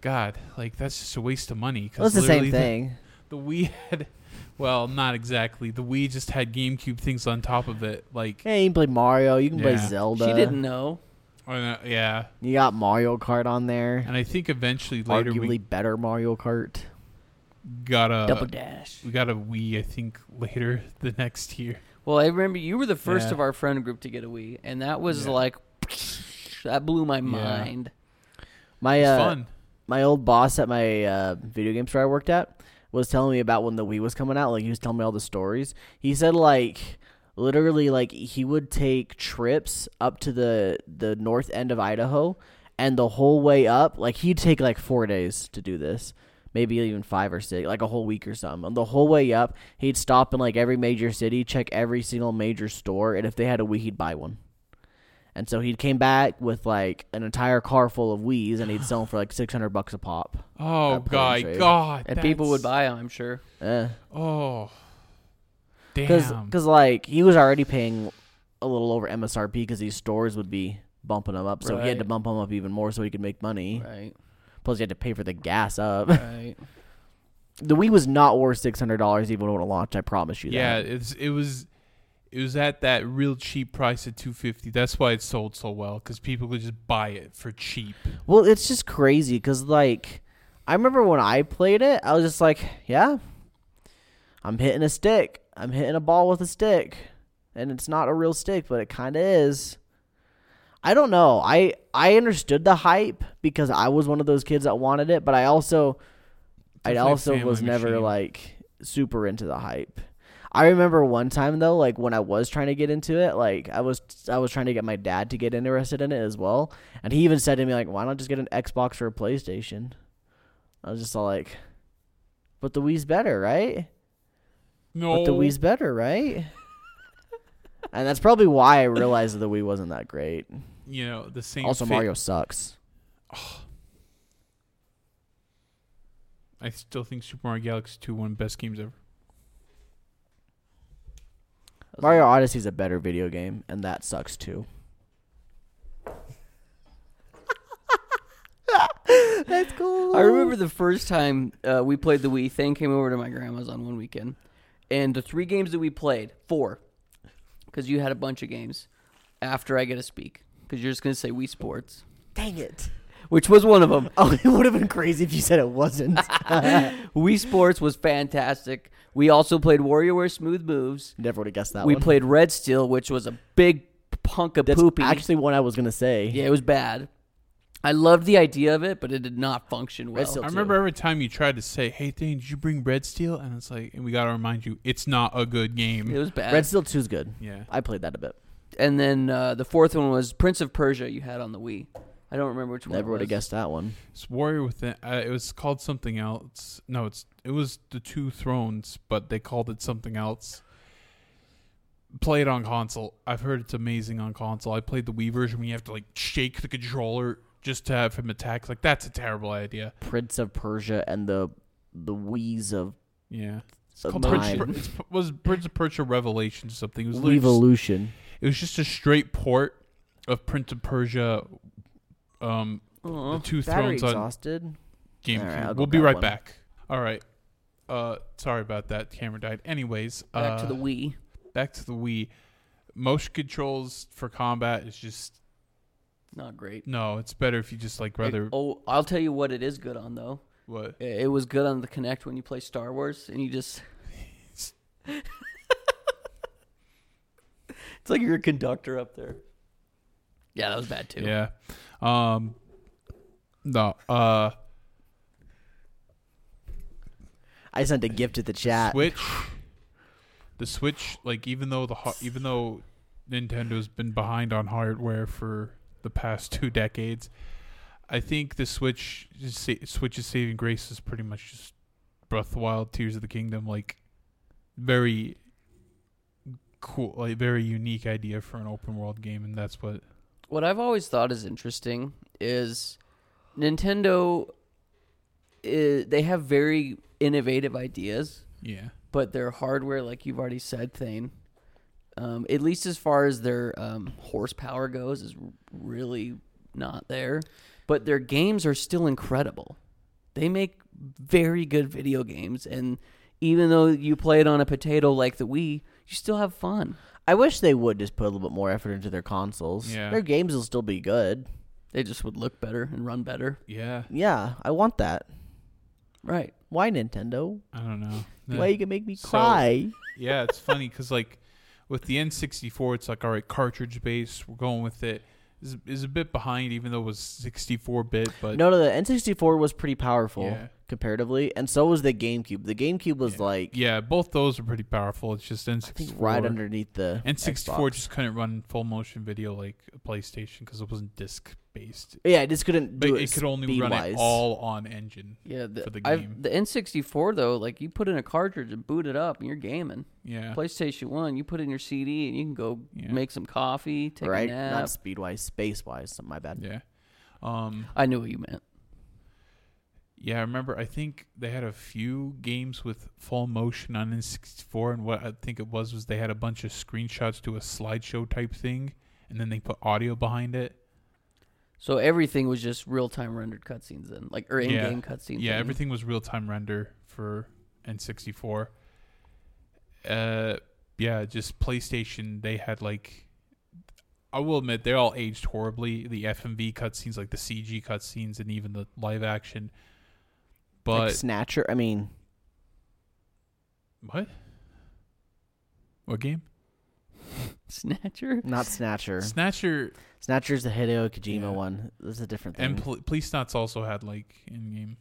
C: God, like that's just a waste of money. 'cause
A: That's the
C: literally
A: same thing.
C: The Wii had, (laughs) well, not exactly. The Wii just had GameCube things on top of it. Like,
A: Yeah, you can play Mario. You can play
C: Yeah. She
A: Zelda.
B: she didn't know.
C: uh, yeah.
A: You got Mario Kart on there.
C: And I think eventually later
A: Arguably
C: we
A: better Mario Kart.
C: got a
B: Double dash.
C: we got a Wii. I think later (laughs) the next year.
B: Well, I remember you were the first
C: Yeah.
B: of our friend group to get a Wii, and that was
C: Yeah.
B: like that blew my mind.
A: My
C: It's
A: uh,
C: fun.
A: my old boss at my uh, video game store I worked at was telling me about when the Wii was coming out. Like he was telling me all the stories. He said like literally like he would take trips up to the the north end of Idaho, and the whole way up like he'd take like four days to do this. Maybe even five or six, like a whole week or something. And the whole way up, he'd stop in like every major city, check every single major store, and if they had a Wii, he'd buy one. And so he came back with like an entire car full of Wii's, and he'd sell them for like six hundred bucks a pop.
C: Oh
A: that
C: god,
A: point, right?
C: god.
B: And people would
C: that's-
B: buy them, I'm sure.
C: Oh,
A: Because
C: damn.
A: like he was already paying a little over MSRP because these stores would be bumping them up, so he had to
B: Right.
A: bump them up even more so he could make money.
C: (laughs)
B: Right,
A: Plus, he had to pay for the gas up. (laughs)
B: right.
A: the Wii was not worth six hundred dollars even when it launched. I promise you.
C: yeah,
A: that.
C: it's it was it was at that real cheap price at 250. That's why it sold so well because people could just buy it for cheap.
A: Well, it's just crazy because like I remember when I played it, I was just like, yeah, I'm hitting a stick. I'm hitting a ball with a stick, and it's not a real stick, but it kind of is. I don't know. I I understood the hype because I was one of those kids that wanted it, but I also I
C: Definitely a
A: also was
C: family
A: never
C: machine.
A: like super into the hype. I remember one time though, like when I was trying to get into it, like I was I was trying to get my dad to get interested in it as well, and he even said to me like, "Why not just get an Xbox or a PlayStation?" I was just all like, "But the Wii's better, right?
C: No,
A: But the Wii's better, right?" and that's probably why I realized that the Wii wasn't that great.
C: you know the same.
A: Also,
C: fa-
A: Mario sucks.
C: I still think Super Mario Galaxy 2 one of the best games ever.
A: Mario Odyssey's a better video game, and that sucks too. That's cool.
B: I remember the first time uh, we played the Wii. Thing came over to my grandma's on one weekend, and the three games that we played, four, because you had a bunch of games. After I get to speak, because you're just gonna say Wii Sports,
A: Dang it.
B: which was one of them.
A: (laughs) Oh, it would have been crazy if you said it wasn't.
B: Wii Sports was fantastic. We also played WarioWare Smooth Moves.
A: Never would have guessed that
B: we
A: one.
B: played Red Steel, which was a big punk of
A: That's
B: poopy.
A: actually one I was going to say.
B: yeah, it was bad. I loved the idea of it, but it did not function well.
A: Steel-
C: I remember every time you tried to say, "Hey, Thane, did you bring Red Steel?" and it's like, and we gotta remind you, it's not a good game.
B: It was bad.
A: Red Steel 2's good.
C: yeah,
A: I played that a bit.
B: and then uh, the fourth one was Prince of Persia. You had on the Wii. I don't remember which one.
A: Never
B: it
A: would have
B: was.
A: guessed that one.
C: it's Warrior Within. Uh, it was called something else. No, it's it was the Two Thrones, but they called it something else. Play it on console. I've heard it's amazing on console. I played the Wii version when you have to like shake the controller just to have him attack. Like that's a terrible idea.
A: Prince of Persia and the the Wheeze of
C: Yeah. It's
A: Of
C: called Prince,
A: mine.
C: Per- it's, was Prince of Persia Revelation or something. It was literally just-
A: Revolution.
C: It was just a straight port of Prince of Persia, um,
B: Aw.
C: the two
A: Battery
C: thrones on
A: exhausted.
C: GameCube.
A: All right, I'll go
C: we'll be
A: grab
C: right
A: one.
C: back. All right. Uh, sorry about that. Camera died. Anyways,
B: Back
C: uh,
B: to the Wii.
C: back to the Wii. Motion controls for combat is just
B: Not great.
C: no. It's better if you just like rather
B: It- oh, I'll tell you what it is good on though.
C: what
B: It, it was good on the Connect when you play Star Wars and
A: (laughs)
B: you just. it's like you're a conductor up there. Yeah, that was bad too.
C: yeah. Um, no. Uh,
A: I sent a gift to the chat.
C: Switch. The Switch, like even though the har- even though Nintendo's been behind on hardware for the past (laughs) two decades, I think the Switch is sa- Switch's saving grace is pretty much just Breath of the Wild, Tears of the Kingdom, like very cool, like very unique idea for an open world game, and that's what
B: What I've always thought is interesting is Nintendo. i they have very innovative ideas,
C: yeah.
B: but their hardware, like you've already said, Thane, um, at least as far as their um, horsepower goes, is really not there. But their games are still incredible. They make very good video games, and even though you play it on a potato like the Wii, you still have fun.
A: I wish they would just put a little bit more effort into their consoles.
C: Yeah.
A: Their games will still be good.
B: They just would look better and run better,
C: Yeah,
A: Yeah, I want that.
B: right?
A: Why Nintendo?
C: I don't know.
A: Why you can make me
C: So-
A: cry?
C: yeah, it's funny because like with the N64, it's like all right, cartridge based. We're going with it. Is is a bit behind, even though it was 64 bit, but
A: no, no, the N64 was pretty powerful
C: Yeah.
A: comparatively, and so was the GameCube. The GameCube was like
C: yeah, both those are pretty powerful. It's just N64
A: I think right underneath the
C: N64
A: Xbox.
C: just couldn't run full motion video like a PlayStation because it wasn't disc based.
A: Yeah, I just couldn't
C: But
A: do
C: it could only run
A: speed-wise.
C: it all on engine.
B: Yeah, the,
C: for the game.
B: I've, the N64 though, like you put in a cartridge and boot it up, and you're gaming.
C: Yeah,
B: PlayStation One, you put in your CD, and you can go
C: Yeah.
B: make some coffee, take
A: right,
B: a nap.
A: not speed wise, space wise. My bad.
C: yeah. Um,
B: I knew what you meant.
C: Yeah, I remember. I think they had a few games with full motion on N64, and what I think it was was they had a bunch of screenshots to a slideshow type thing, and then they put audio behind it.
B: So everything was just real time rendered cutscenes then, like or in
C: Yeah.
B: game cutscenes.
C: Yeah,
B: I mean.
C: everything was real time render for N64. Uh, yeah, just PlayStation. They had like, I will admit, they all aged horribly. The FMV cutscenes, like the CG cutscenes, and even the live action. But
A: like Snatcher. I mean,
C: what? What game?
B: (laughs) Snatcher.
A: not Snatcher.
C: Snatcher
A: Snatcher's the Hideo Kojima
C: Yeah.
A: one. That's a different thing.
C: and pol- Police Knots also had like in game.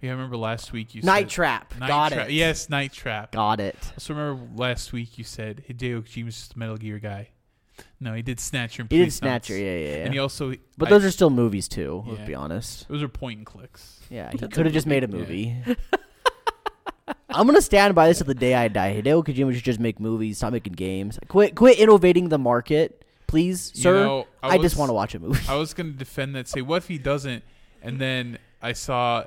C: Yeah, I remember last week you
A: Night
C: said,
A: Trap.
C: Night
A: Got
C: Trap-
A: it.
C: Yes, Night Trap.
A: Got it.
C: Also remember last week you said Hideo Kojima's just a Metal Gear guy. No, he did Snatcher. And
A: He did
C: Police Knots.
A: Snatcher. Yeah, yeah,
C: And he
A: yeah.
C: also,
A: But
C: I-
A: those are still movies too. Let's
C: Yeah.
A: be honest.
C: those are point and clicks.
A: Yeah, he
B: That's a
A: could have just made a
C: movie,
A: movie.
C: (laughs)
A: I'm gonna stand by this till the day I die. Hideo Kojima should just make movies, stop making games. Quit, quit innovating the market, please,
C: You
A: sir.
C: know,
A: I,
C: was-
A: just want to watch a movie.
C: I was gonna defend that. Say, what if he doesn't? And then I saw,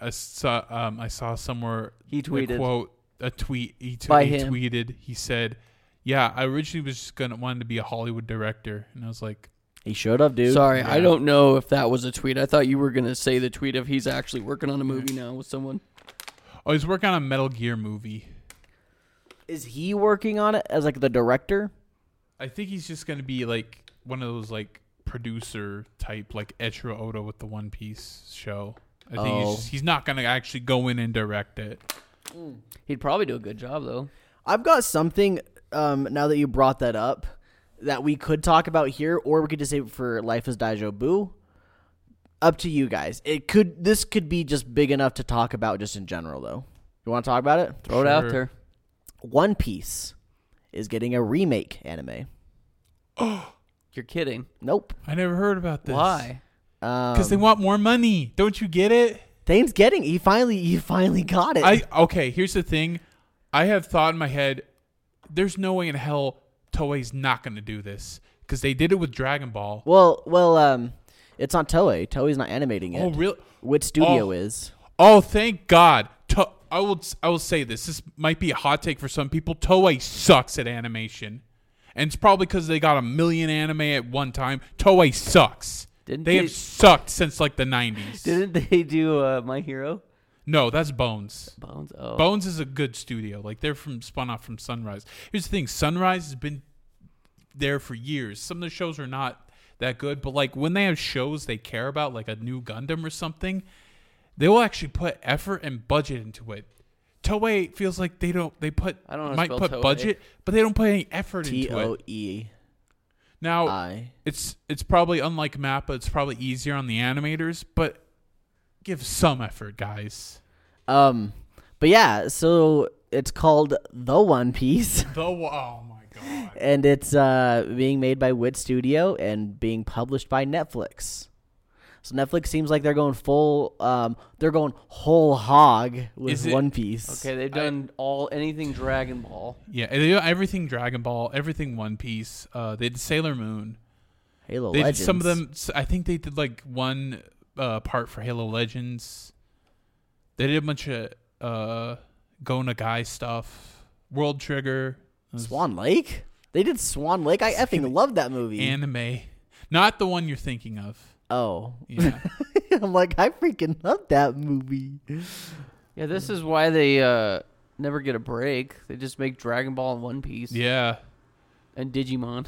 C: I saw, um, I saw somewhere (laughs)
B: He
C: a
B: tweeted.
C: quote, a tweet. He, t-
B: By
C: he
B: him.
C: tweeted. He said, "Yeah, I originally was just gonna wanted to be a Hollywood director," and I was like,
A: He showed up, dude.
B: Sorry, I
C: yeah.
B: don't know if that was a tweet. I thought you were gonna say the tweet of he's actually working on a movie now with someone.
C: "Oh, he's working on a Metal Gear movie.
A: Is he working on it as like the director?
C: I think he's just gonna be like one of those like producer type, like Etro Oda with the One Piece show. I think
A: Oh.
C: he's, just- he's not gonna actually go in and direct it.
B: He'd probably do a good job though.
A: I've got something um, now that you brought that up that we could talk about here, or we could just save it for Life is Daijo Boo. Up to you guys. It could this could be just big enough to talk about just in general though. You want to talk about it?
B: Throw it out
C: Sure.
B: there.
A: One Piece is getting a remake anime.
B: You're kidding.
A: Nope.
C: I never heard about this.
B: Why?
A: Um,
C: Because they want more money. Don't you get it?
A: Thane's getting. He finally. He finally got it.
C: I okay. Here's the thing. I have thought in my head. There's no way in hell Toei's not gonna do this because they did it with Dragon Ball.
A: well, well. Um, it's on Toei. Toei's not animating it.
C: Oh real?
A: Which studio
C: Oh.
A: is?
C: Oh thank God. To- I will. I will say this. This might be a hot take for some people. Toei sucks at animation, and it's probably because they got a million anime at one time. Toei sucks.
B: Didn't
C: they
B: they-
C: have sucked since like the
B: (laughs)
C: 90s.
B: Didn't they do uh, My Hero?
C: no, that's Bones.
B: Bones. Oh.
C: Bones is a good studio. Like they're from spun off from Sunrise. Here's the thing: Sunrise has been there for years. Some of the shows are not that good, but like when they have shows they care about, like a new Gundam or something, they will actually put effort and budget into it. Toei feels like they don't. They put
B: I don't know how to
C: might
B: spell
C: put
B: Toei.
C: budget, but they don't put any effort
A: T
C: into
A: O
C: it.
A: E
C: Now
A: I.
C: it's it's probably unlike Mappa. It's probably easier on the animators, but give some effort, guys.
A: Um, but yeah. So it's called The One Piece, (laughs)
C: The oh my god.
A: and it's uh being made by Wit Studio and being published by Netflix. So Netflix seems like they're going full. Um, they're going whole hog with
C: Is it-
A: One Piece.
B: Okay, they've done all anything Dragon Ball.
C: Yeah, they do everything Dragon Ball, everything One Piece. Uh, they did Sailor Moon.
A: Halo
C: They
A: Legends.
C: did some of them. s- I think they did like one uh, part for Halo Legends. They did a bunch of uh, Go Nagai stuff, World Trigger,
A: Swan Lake. They did Swan Lake. I effing love that movie.
C: anime. Not the one you're thinking of.
A: oh,
C: Yeah,
A: (laughs) I'm like I freaking love that movie.
B: Yeah, this is why they uh, never get a break. They just make Dragon Ball and One Piece
C: yeah.
B: and (laughs) Digimon.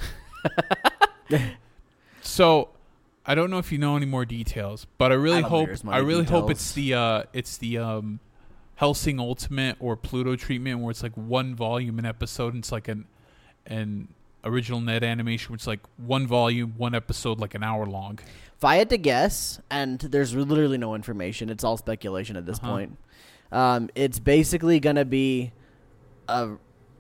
C: So I don't know if you know any more details, but I really
A: don't
C: hope
A: think there's
C: I
A: many
C: really hope it's
A: details.
C: the uh, it's the um, Helsing Ultimate or Pluto treatment where it's like one volume an episode and it's like an an original net animation which is like one volume, one episode like an hour long.
A: If I had to guess, and there's literally no information, it's all speculation at this
C: Uh-huh.
A: point. Um, it's basically gonna be a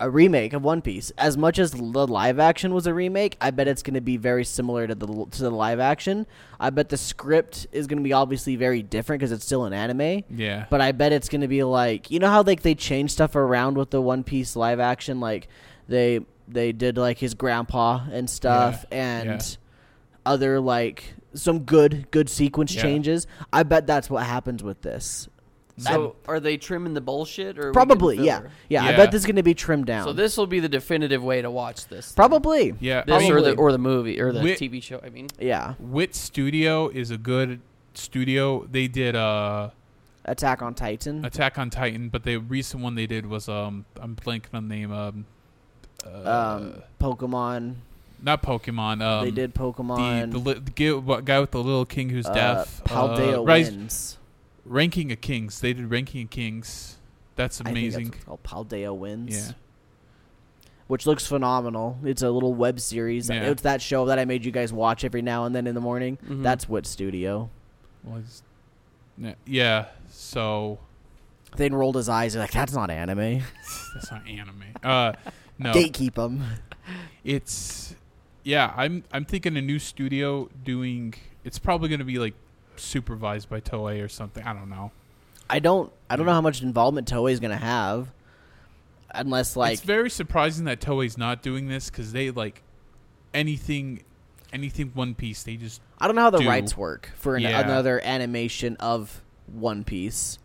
A: a remake of One Piece. As much as the live action was a remake, I bet it's gonna be very similar to the to the live action. I bet the script is gonna be obviously very different because it's still an anime.
C: Yeah.
A: But I bet it's gonna be like you know how like they change stuff around with the One Piece live action, like they they did like his grandpa and stuff and
C: yeah.
A: other like some good good sequence
C: Yeah.
A: changes. I bet that's what happens with this.
B: so are they trimming the bullshit or are we getting
A: Probably, yeah.
B: filler?
A: yeah, I
C: Yeah.
A: bet this is gonna be trimmed down.
B: So this will be the definitive way to watch this. then.
A: probably
C: yeah.
B: This or the
A: Probably.
B: or the movie or the
C: Wi-
B: TV show. I mean,
A: yeah.
C: Wit Studio is a good studio. They did uh
A: Attack on Titan.
C: Attack on Titan, but the recent one they did was um I'm blanking on the name um, uh,
A: um, Pokemon.
C: not Pokemon um
A: they did
C: the,
A: Pokemon.
C: the, li- the gi- what guy with the little king who's
A: uh,
C: deaf.
A: Paldea
C: uh, Rise-
A: wins.
C: Ranking of Kings. They did Ranking of Kings. That's
A: I
C: amazing.
A: think that's what it's called, Paldea wins.
C: yeah.
A: which looks phenomenal. It's a little web series.
C: Yeah.
A: It's that show that I made you guys watch every now and then in the morning.
C: Mm-hmm.
B: Mhm.
A: That's Wit Studio.
C: Well, it's- yeah. Yeah. So
A: Then rolled his eyes. Like that's not anime.
C: that's not anime.
A: (laughs)
C: Uh, no.
A: Gatekeep him.
C: It's yeah. I'm I'm thinking a new studio doing. It's probably gonna be like supervised by Toei or something. I don't know.
A: I don't. I don't know how much involvement Toei's gonna have, unless like
C: it's very surprising that Toei's not doing this because they like anything, anything One Piece. They just
A: I don't know how the
C: do.
A: rights work for an,
C: Yeah.
A: another animation of One Piece.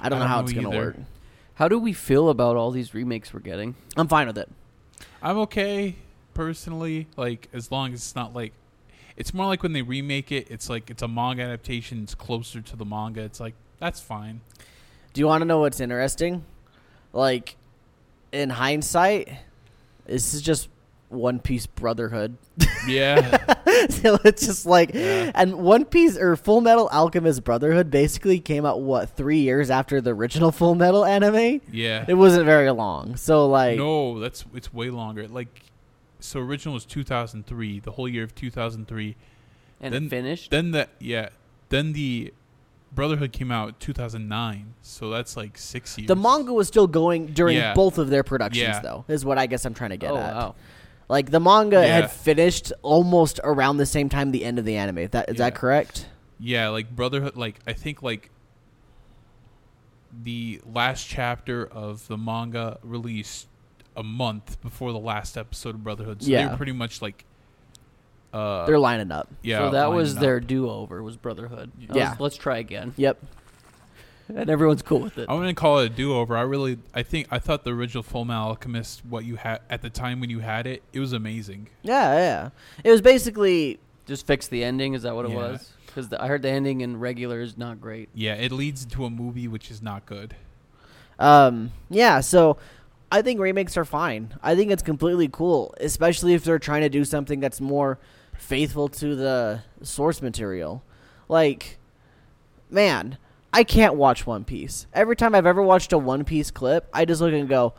A: I don't know how it's gonna
C: either.
A: work.
B: how do we feel about all these remakes we're getting?
A: I'm fine with it.
C: I'm okay personally, like as long as it's not like it's more like when they remake it, it's like it's a manga adaptation, it's closer to the manga. It's like that's fine.
A: Do you want to know what's interesting? Like, in hindsight, this is just One Piece Brotherhood. (laughs)
C: Yeah. (laughs)
A: so it's just like,
C: Yeah.
A: and One Piece or Full Metal Alchemist Brotherhood basically came out what three years after the original Full Metal anime.
C: yeah.
A: It wasn't very long, so like,
C: No, that's it's way longer. Like, so original was 2003, the whole year of 2003.
B: and
C: Then-
B: it finished.
C: Then the yeah, then the Brotherhood came out 2009. So that's like six years.
A: the manga was still going during
C: Yeah.
A: both of their productions,
C: Yeah.
A: though. Is what I guess I'm trying to get
B: oh
A: at.
B: wow,
A: Like the manga
C: Yeah.
A: had finished almost around the same time the end of the anime. Is that is that
C: Yeah.
A: correct?
C: Yeah, like Brotherhood. Like I think like the last chapter of the manga released a month before the last episode of Brotherhood. So they
A: Yeah.
C: were pretty much like. Uh,
A: They're lining up.
C: yeah.
B: so that was
C: lining up.
B: their do over was Brotherhood. That was,
A: Yeah.
B: let's try again, (laughs)
A: Yep.
B: and everyone's cool with it.
C: I wouldn't call it a do-over. I really, I think, I thought the original Full Metal Alchemist, what you had at the time when you had it, it was amazing.
A: Yeah, yeah. It was basically
B: Just fix the ending. Is that what it
C: Yeah.
B: was? Because I heard the ending in regular is not great.
C: Yeah, it leads to a movie which is not good.
A: Um, yeah, so I think remakes are fine. I think it's completely cool, especially if they're trying to do something that's more faithful to the source material. Like, man, I can't watch One Piece. Every time I've ever watched a One Piece clip, I just look and go,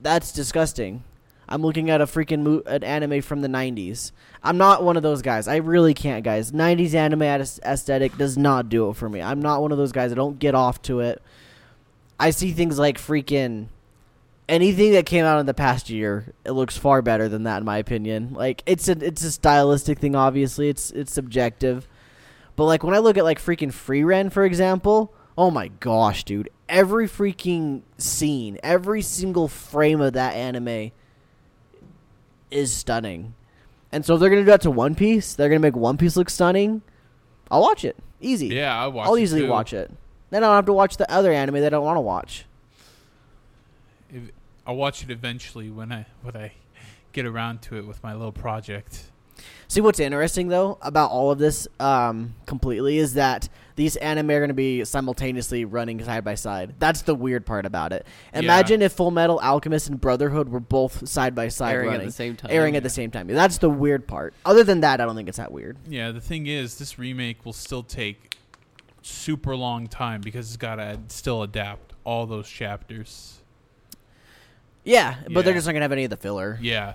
A: "That's disgusting." I'm looking at a freaking mo- an anime from the '90s. I'm not one of those guys. I really can't, guys. '90s anime aes- aesthetic does not do it for me. I'm not one of those guys. I don't get off to it. I see things like freaking anything that came out in the past year. It looks far better than that, in my opinion. Like it's a it's a stylistic thing. Obviously, it's it's subjective. But like when I look at like freaking Free Ren, for example, oh my gosh, dude! Every freaking scene, every single frame of that anime is stunning. And so if they're gonna do that to One Piece, they're gonna make One Piece look stunning. I'll watch it. Easy.
C: Yeah, I watched.
A: I'll easily watch it. Then I don't have to watch the other anime that I don't want to watch.
C: If, I'll watch it eventually when I when I get around to it with my little project.
A: See what's interesting though about all of this um, completely is that these anime are going to be simultaneously running side by side. That's the weird part about it.
C: Yeah.
A: Imagine if Full Metal Alchemist and Brotherhood were both side by side
B: Airing
A: running,
B: at the same time.
A: airing at the same time. That's the weird part. Other than that, I don't think it's that weird.
C: Yeah, the thing is, this remake will still take super long time because it's got to still adapt all those chapters.
A: Yeah, but they're
C: Yeah.
A: just not going to have any of the filler.
C: Yeah,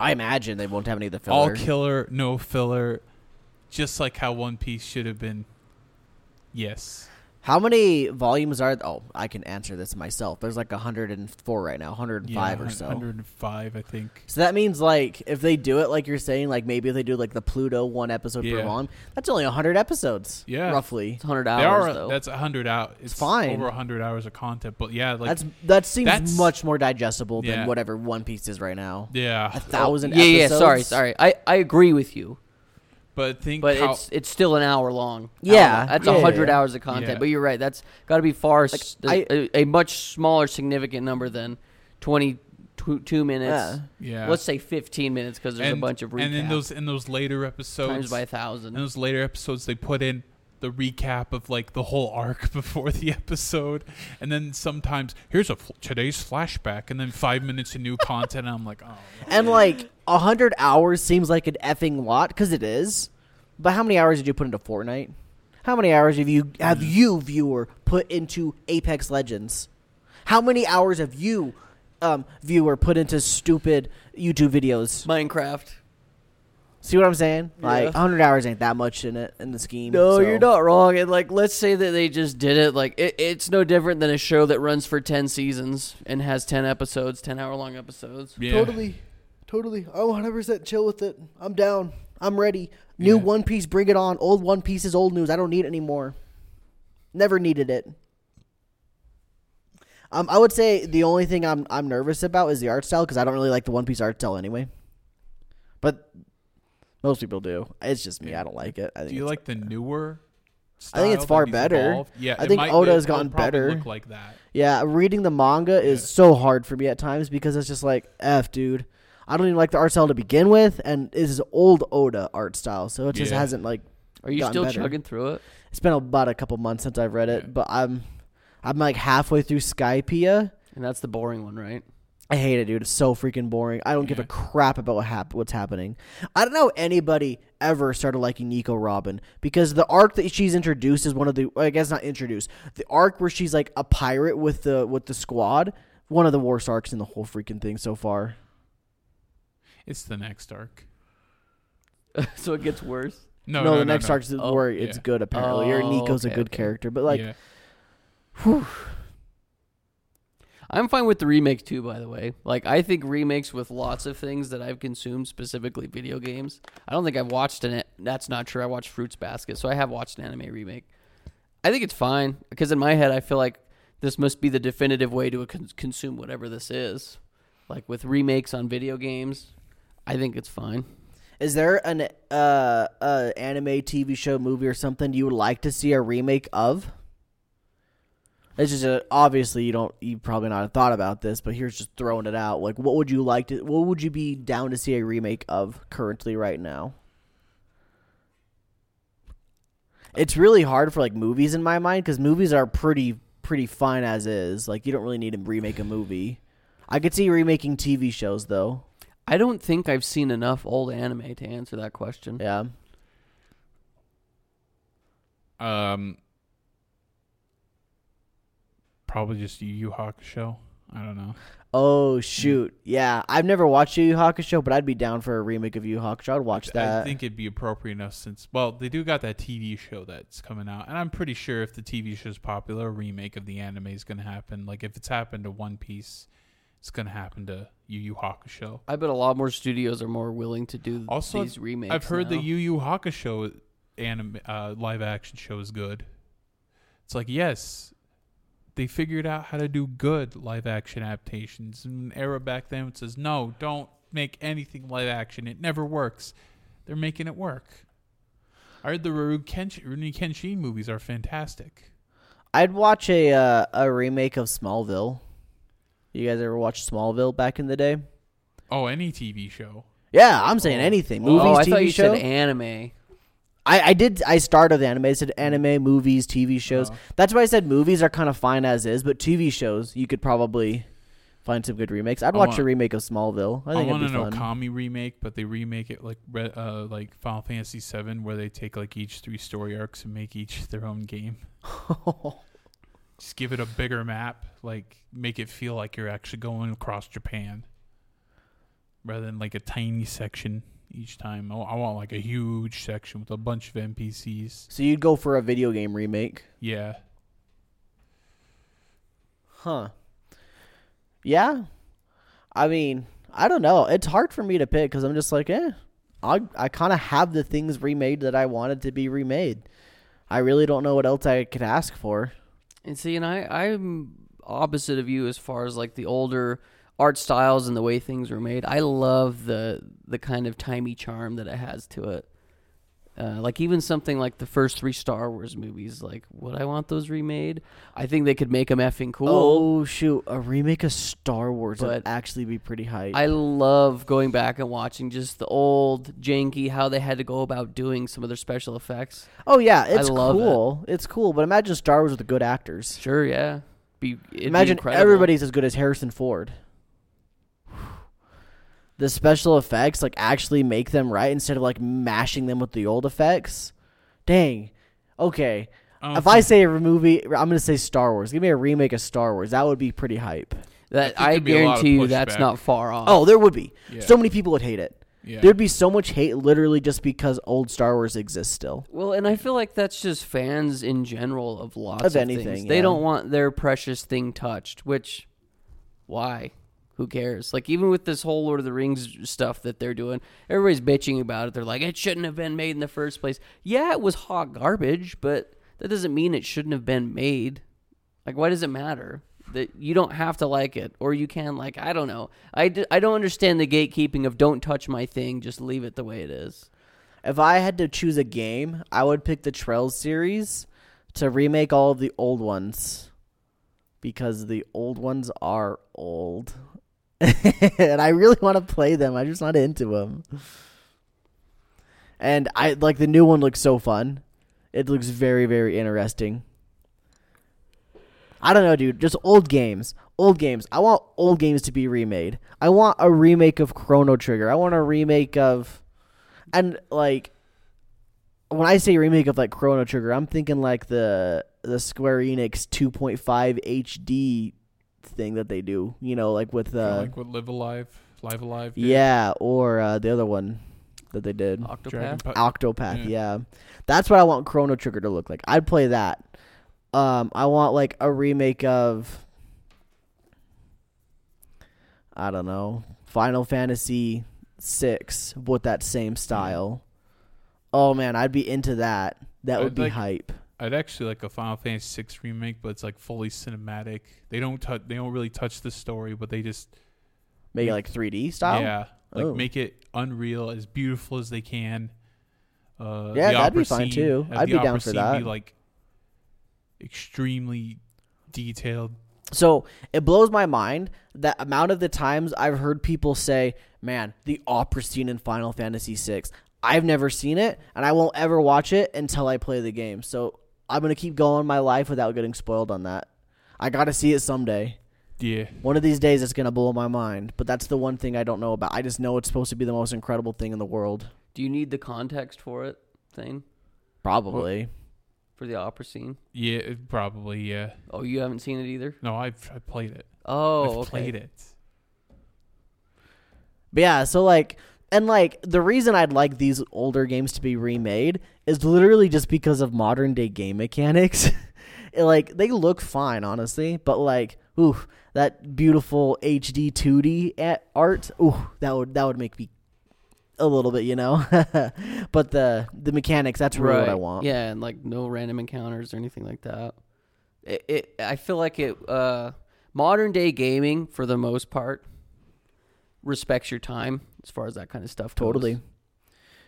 A: I imagine they won't have any of the filler.
C: all killer, no filler, just like how One Piece should have been. Yes.
A: How many volumes are? Oh, I can answer this myself. There's like 104 right now, 105
C: Yeah,
A: or so.
C: 105, I think.
A: So that means like if they do it like you're saying, like maybe if they do like the Pluto one episode per
C: Yeah.
A: volume, that's only hundred episodes.
C: Yeah.
A: Roughly.
B: hundred
C: They
B: hours
C: are,
B: though.
C: that's 100 out. It's,
A: fine.
C: Over 100 hours of content. But yeah, like,
A: that's that seems
C: that's-
A: much more digestible than
C: Yeah.
A: whatever One Piece is right now.
C: yeah.
A: A thousand
B: yeah, yeah.
A: episodes?
B: Sorry, sorry. I, I agree with you,
C: But think
B: but
C: how,
B: it's it's still an hour long. Hour
A: Yeah,
B: long. that's
A: yeah, yeah,
B: a hundred
A: yeah.
B: hours of content.
C: Yeah.
B: But you're right. That's got to be far s-
A: I-
B: a a much smaller significant number than twenty two minutes.
A: Yeah.
C: yeah.
B: Let's say fifteen minutes because there's
C: and,
B: a bunch of recaps
C: And in those, in those later episodes,
B: times by a
C: in
B: thousand.
C: those later episodes, they put in the recap of like the whole arc (laughs) before the episode. And then sometimes, here's a fl- today's flashback, and then five minutes of new content. And I'm like, oh.
A: And like hundred hours seems like an effing lot because it is. But how many hours did you put into Fortnite? How many hours have you have
C: Mm.
A: you viewer put into Apex Legends? How many hours have you um, viewer put into stupid YouTube videos?
B: Minecraft.
A: See what I'm saying? Like
B: Yeah.
A: 100 hours ain't that much in it in the scheme.
B: No,
A: so-
B: you're not wrong. And like, let's say that they just did it. Like, it, it's no different than a show that runs for ten seasons and has ten episodes, ten hour long episodes.
C: Yeah.
A: Totally, totally. I'm 100 percent chill with it. I'm down. I'm ready. New
C: Yeah.
A: One Piece, bring it on. Old One Piece is old news. I don't need it anymore. Never needed it. Um, I would say the only thing I'm I'm nervous about is the art style because I don't really like the One Piece art style anyway. But most people do. It's just me. I don't like it. I think
C: Do you
A: it's-
C: like the newer?
A: I think it's
C: style
A: far
C: that he's
A: better.
C: evolved? Yeah,
A: I
C: it
A: think
C: might-
A: Oda
C: it-
A: has
C: it'll
A: gotten
C: probably
A: better.
C: Look like that.
A: Yeah, reading the manga is
C: Yeah.
A: so hard for me at times because it's just like, F, dude. I don't even like the art style to begin with, and this is old Oda art style, so it just
C: Yeah.
A: hasn't like.
B: Are you
A: Gotten
B: still
A: better.
B: chugging through it?
A: It's been about a couple months since I've read it,
C: Yeah.
A: but I'm, I'm like halfway through Skypea.
B: And that's the boring one, right? (laughs)
A: I hate it, dude. It's so freaking boring. I don't give a
C: Yeah.
A: crap about what hap- what's happening. I don't know how anybody ever started liking Nico Robin because the arc that she's introduced is one of the I guess not introduced. The arc where she's like a pirate with the with the squad, one of the worst arcs in the whole freaking thing so far.
C: It's the next arc.
B: so it gets worse.
C: No,
A: no,
C: no,
A: the next
C: no.
A: arc's the
B: Oh,
A: where it's
C: yeah.
A: good apparently. or
B: Oh,
A: Nico's a
B: okay,
A: good
B: okay.
A: character, but like
C: yeah.
B: I'm fine with the remakes too, by the way. Like, I think remakes with lots of things that I've consumed, specifically video games. I don't think I've watched an. That's not true. I watched Fruits Basket, so I have watched an anime remake. I think it's fine because in my head, I feel like this must be the definitive way to con- consume whatever this is. Like with remakes on video games, I think it's fine.
A: Is there an uh, uh anime TV show, movie, or something you would like to see a remake of? It's just a, obviously you don't you probably not have thought about this, but here's just throwing it out. Like, what would you like to? What would you be down to see a remake of currently right now? It's really hard for like movies in my mind because movies are pretty pretty fun as is. Like, you don't really need to remake a movie. I could see remaking TV shows though.
B: I don't think I've seen enough old anime to answer that question.
A: Yeah.
C: Um, probably just Yu Yu Hakusho. I don't know.
A: Oh shoot, yeah. I've never watched Yu Yu Hakusho, but I'd be down for a remake of Yu Yu Hakusho. I'd watch that.
C: I think it'd be appropriate enough since well, they do got that TV show that's coming out, and I'm pretty sure if the TV show's popular, a remake of the anime is gonna happen. Like if it's happened to One Piece, it's gonna happen to Yu Yu Hakusho.
B: I bet a lot more studios are more willing to do
C: Also,
B: these remakes.
C: I've heard
B: now.
C: the Yu Yu Hakusho anime uh, live action show is good. It's like yes, they figured out how to do good live action adaptations. In an era back then, it says no, don't make anything live action. It never works. They're making it work. I heard the Rurouni Kenshin, Rurouni Kenshin movies are fantastic.
A: I'd watch a uh, a remake of Smallville. You guys ever watched Smallville back in the day?
C: Oh, any TV show.
A: Yeah, I'm saying anything. Movies,
B: oh, I
A: TV
B: thought you
A: show.
B: said anime.
A: I, I did. I started with anime. I said anime, movies, TV shows.
C: Oh.
A: That's why I said movies are kind of fine as is, but TV shows you could probably find some good remakes. I'd
C: I
A: watch
C: want-
A: a remake of Smallville. I
C: I,
A: think
C: want
A: it'd
C: an
A: be fun.
C: Okami remake, but they remake it like re- uh, like Final Fantasy VII, where they take like each three story arcs and make each their own game. Just give it a bigger map, like make it feel like you're actually going across Japan, rather than like a tiny section each time. I, I want like a huge section with a bunch of NPCs.
A: so you'd go for a video game remake.
C: Yeah,
A: Huh. Yeah. I mean, I don't know. It's hard for me to pick because I'm just like, eh. I I kind of have the things remade that I wanted to be remade. I really don't know what else I could ask for. (laughs)
B: And see, and I, I'm opposite of you as far as like the older art styles and the way things were made. I love the the kind of timey charm that it has to it. Uh, like even something like the first three Star Wars movies, like would I want those remade? I think they could make them effing cool.
A: Oh shoot, a remake of Star Wars would
B: But-
A: actually be pretty hype.
B: I love going back and watching just the old janky how they had to go about doing some of their special effects.
A: oh yeah, it's
B: love it.
A: cool. It's cool, but imagine Star Wars with good actors.
B: Sure, yeah, be it'd be
A: imagine
B: incredible.
A: everybody's as good as Harrison Ford. The special effects like actually make them right instead of like mashing them with the old effects. Dang. Okay.
C: don't
A: if I say a movie, I'm gonna say Star Wars. Give me a remake of Star Wars. That would be pretty hype.
B: That
C: I think
B: I,
C: there'd be a lot of
B: guarantee you, that's
C: pushback.
B: not far off.
A: Oh, there would be.
C: Yeah.
A: So many people would hate it.
C: yeah.
A: There'd be so much hate, literally, just because old Star Wars exists still.
B: Well, and I feel like that's just fans in general of lots
A: Of
B: of,
A: anything,
B: Things. They
A: yeah.
B: don't want their precious thing touched, which why? Who cares? Like even with this whole Lord of the Rings stuff that they're doing, everybody's bitching about it. They're like, it shouldn't have been made in the first place. Yeah, it was hot garbage, but that doesn't mean it shouldn't have been made. Like, why does it matter? That you don't have to like it, or you can like. I don't know. I d- I don't understand the gatekeeping of don't touch my thing. Just leave it the way it is.
A: If I had to choose a game, I would pick the Trails series to remake all of the old ones because the old ones are old. and I really want to play them. I'm just not into them. And I like the new one looks so fun. It looks very very interesting. I don't know, dude. Just old games. Old games. I want old games to be remade. I want a remake of Chrono Trigger. I want a remake of and like when I say remake of like Chrono Trigger, I'm thinking like the the Square Enix 2.5 HD thing that they do, you know, like with
C: Kinda
A: uh
C: like what Live Alive, Live Alive. did.
A: yeah, or uh, the other one that they did.
C: Dragon
B: Octopath.
C: Pa- mm-hmm.
A: Octopath, yeah. That's what I want Chrono Trigger to look like. I'd play that. Um, I want like a remake of I don't know, Final Fantasy six with that
C: Mm.
A: same style. Oh man, I'd be into that. That
C: I'd
A: would be
C: like-
A: hype.
C: I'd actually like a Final Fantasy VI remake, but it's like fully cinematic. They don't touch. They don't really touch the story, but they just
A: Maybe like three D style.
C: yeah, like
A: Oh.
C: make it unreal, as beautiful as they can. Uh,
A: Yeah,
C: the
A: that'd be
C: opera
A: fine,
C: scene-
A: too.
C: have
A: I'd
C: the
A: be down
C: opera
A: for
C: scene
A: that.
C: Be like extremely detailed.
A: So it blows my mind the amount of the times I've heard people say, "Man, the opera scene in Final Fantasy VI." I've never seen it, and I won't ever watch it until I play the game. So I'm gonna keep going my life without getting spoiled on that. I gotta see it someday.
C: Yeah,
A: One of these days, it's gonna blow my mind. But that's the one thing I don't know about. I just know it's supposed to be the most incredible thing in the world.
B: Do you need the context for it thing
A: Probably.
B: for the opera scene?
C: yeah, it- probably. Yeah.
B: Oh, you haven't seen it either.
C: No, I've I played it.
B: Oh,
C: I've
B: okay.
C: played it.
A: But yeah, so like and like the reason I'd like these older games to be remade is literally just because of modern day game mechanics. (laughs) It, like they look fine, honestly, but like ooh, that beautiful HD 2D a- art, ooh, that would that would make me a little bit, you know. (laughs) but the the mechanics, that's really what I want.
B: Yeah, and like no random encounters or anything like that. It, it I feel like it uh modern day gaming for the most part respects your time as far as that kind of stuff goes.
A: Totally.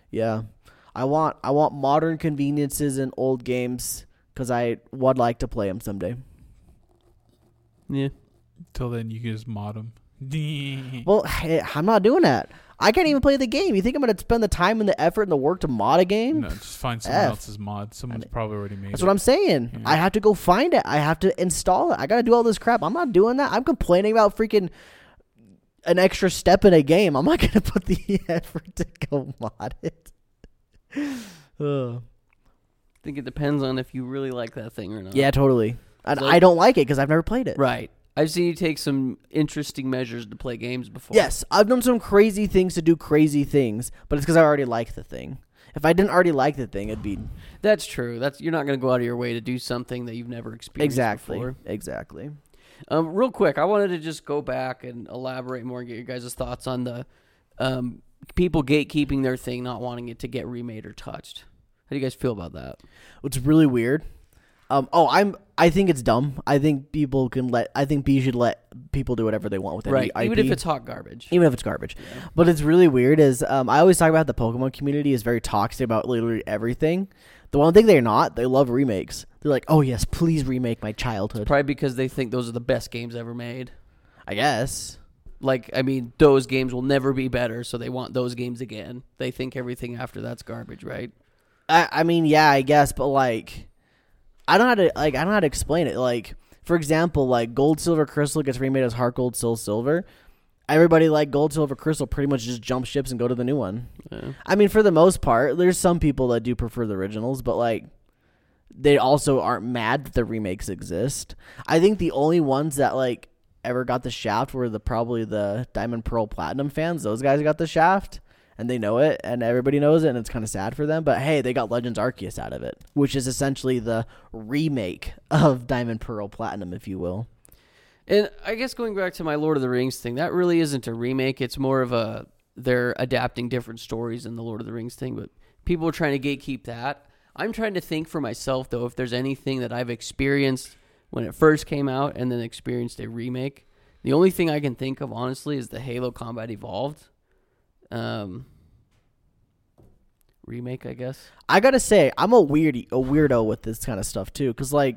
A: Yeah. I want I want modern conveniences in old games cuz I would like to play them someday.
B: Yeah.
C: Till then, you can just mod (laughs) them.
A: Well, (sighs) hey, I'm not doing that. I can't even play the game. You think I'm going to spend the time and the effort and the work to mod a game?
C: no, just find someone
A: F.
C: else's mod. Someone's probably already made
A: That's
C: it.
A: what I'm saying.
C: Yeah.
A: I have to go find it. I have to install it. I got to do all this crap. I'm not doing that. I'm complaining about freaking an extra step in a game. I'm not (laughs) going to put the effort to go mod it. (sighs) Ugh.
B: I think it depends on if you really like that thing or not.
A: yeah, totally. And
B: So-
A: I don't like it because I've never played it.
B: Right. I've seen you take some interesting measures to play games before.
A: Yes, I've done some crazy things to do crazy things, but it's because I already like the thing. If I didn't already like the thing, it'd be
B: That's true. That's you're not going to go out of your way to do something that you've never experienced
A: exactly,
B: before.
A: exactly.
B: Um, real quick, I wanted to just go back and elaborate more and get your guys' thoughts on the um, people gatekeeping their thing, not wanting it to get remade or touched. How do you guys feel about that?
A: It's really weird. Um, oh, I'm. I think it's dumb. I think people can let. I think B should let people do whatever they want with
B: right,
A: any IP,
B: even if it's hot garbage.
A: E even if it's garbage. But it's really weird. Is um, I always talk about the Pokemon community is very toxic about literally everything. The one thing they're not, they love remakes. They're like, oh yes, please remake my childhood.
B: Probably because they think those are the best games ever made.
A: I guess.
B: Like, I mean, those games will never be better, so they want those games again. They think everything after that's garbage, right?
A: I, I mean, yeah, I guess, but like, I don't know how to like. I don't know how to explain it. Like, for example, like Gold Silver Crystal gets remade as Heart Gold Soul Silver. Everybody like Gold Silver Crystal pretty much just jump ships and go to the new one.
B: Yeah.
A: I mean, for the most part, there's some people that do prefer the originals, but like, they also aren't mad that the remakes exist. I think the only ones that like ever got the shaft were the probably the Diamond Pearl Platinum fans. Those guys got the shaft and they know it and everybody knows it and it's kind of sad for them, but hey, they got Legends Arceus out of it, which is essentially the remake of Diamond Pearl Platinum if you will.
B: And I guess going back to my Lord of the Rings thing, that really isn't a remake. It's more of a they're adapting different stories in the Lord of the Rings thing, but people are trying to gatekeep that. I'm trying to think for myself though if there's anything that I've experienced when it first came out and then experienced a remake. The only thing I can think of honestly is the Halo Combat Evolved um remake, I guess.
A: I gotta say, I'm a weird a weirdo with this kind of stuff too, because like,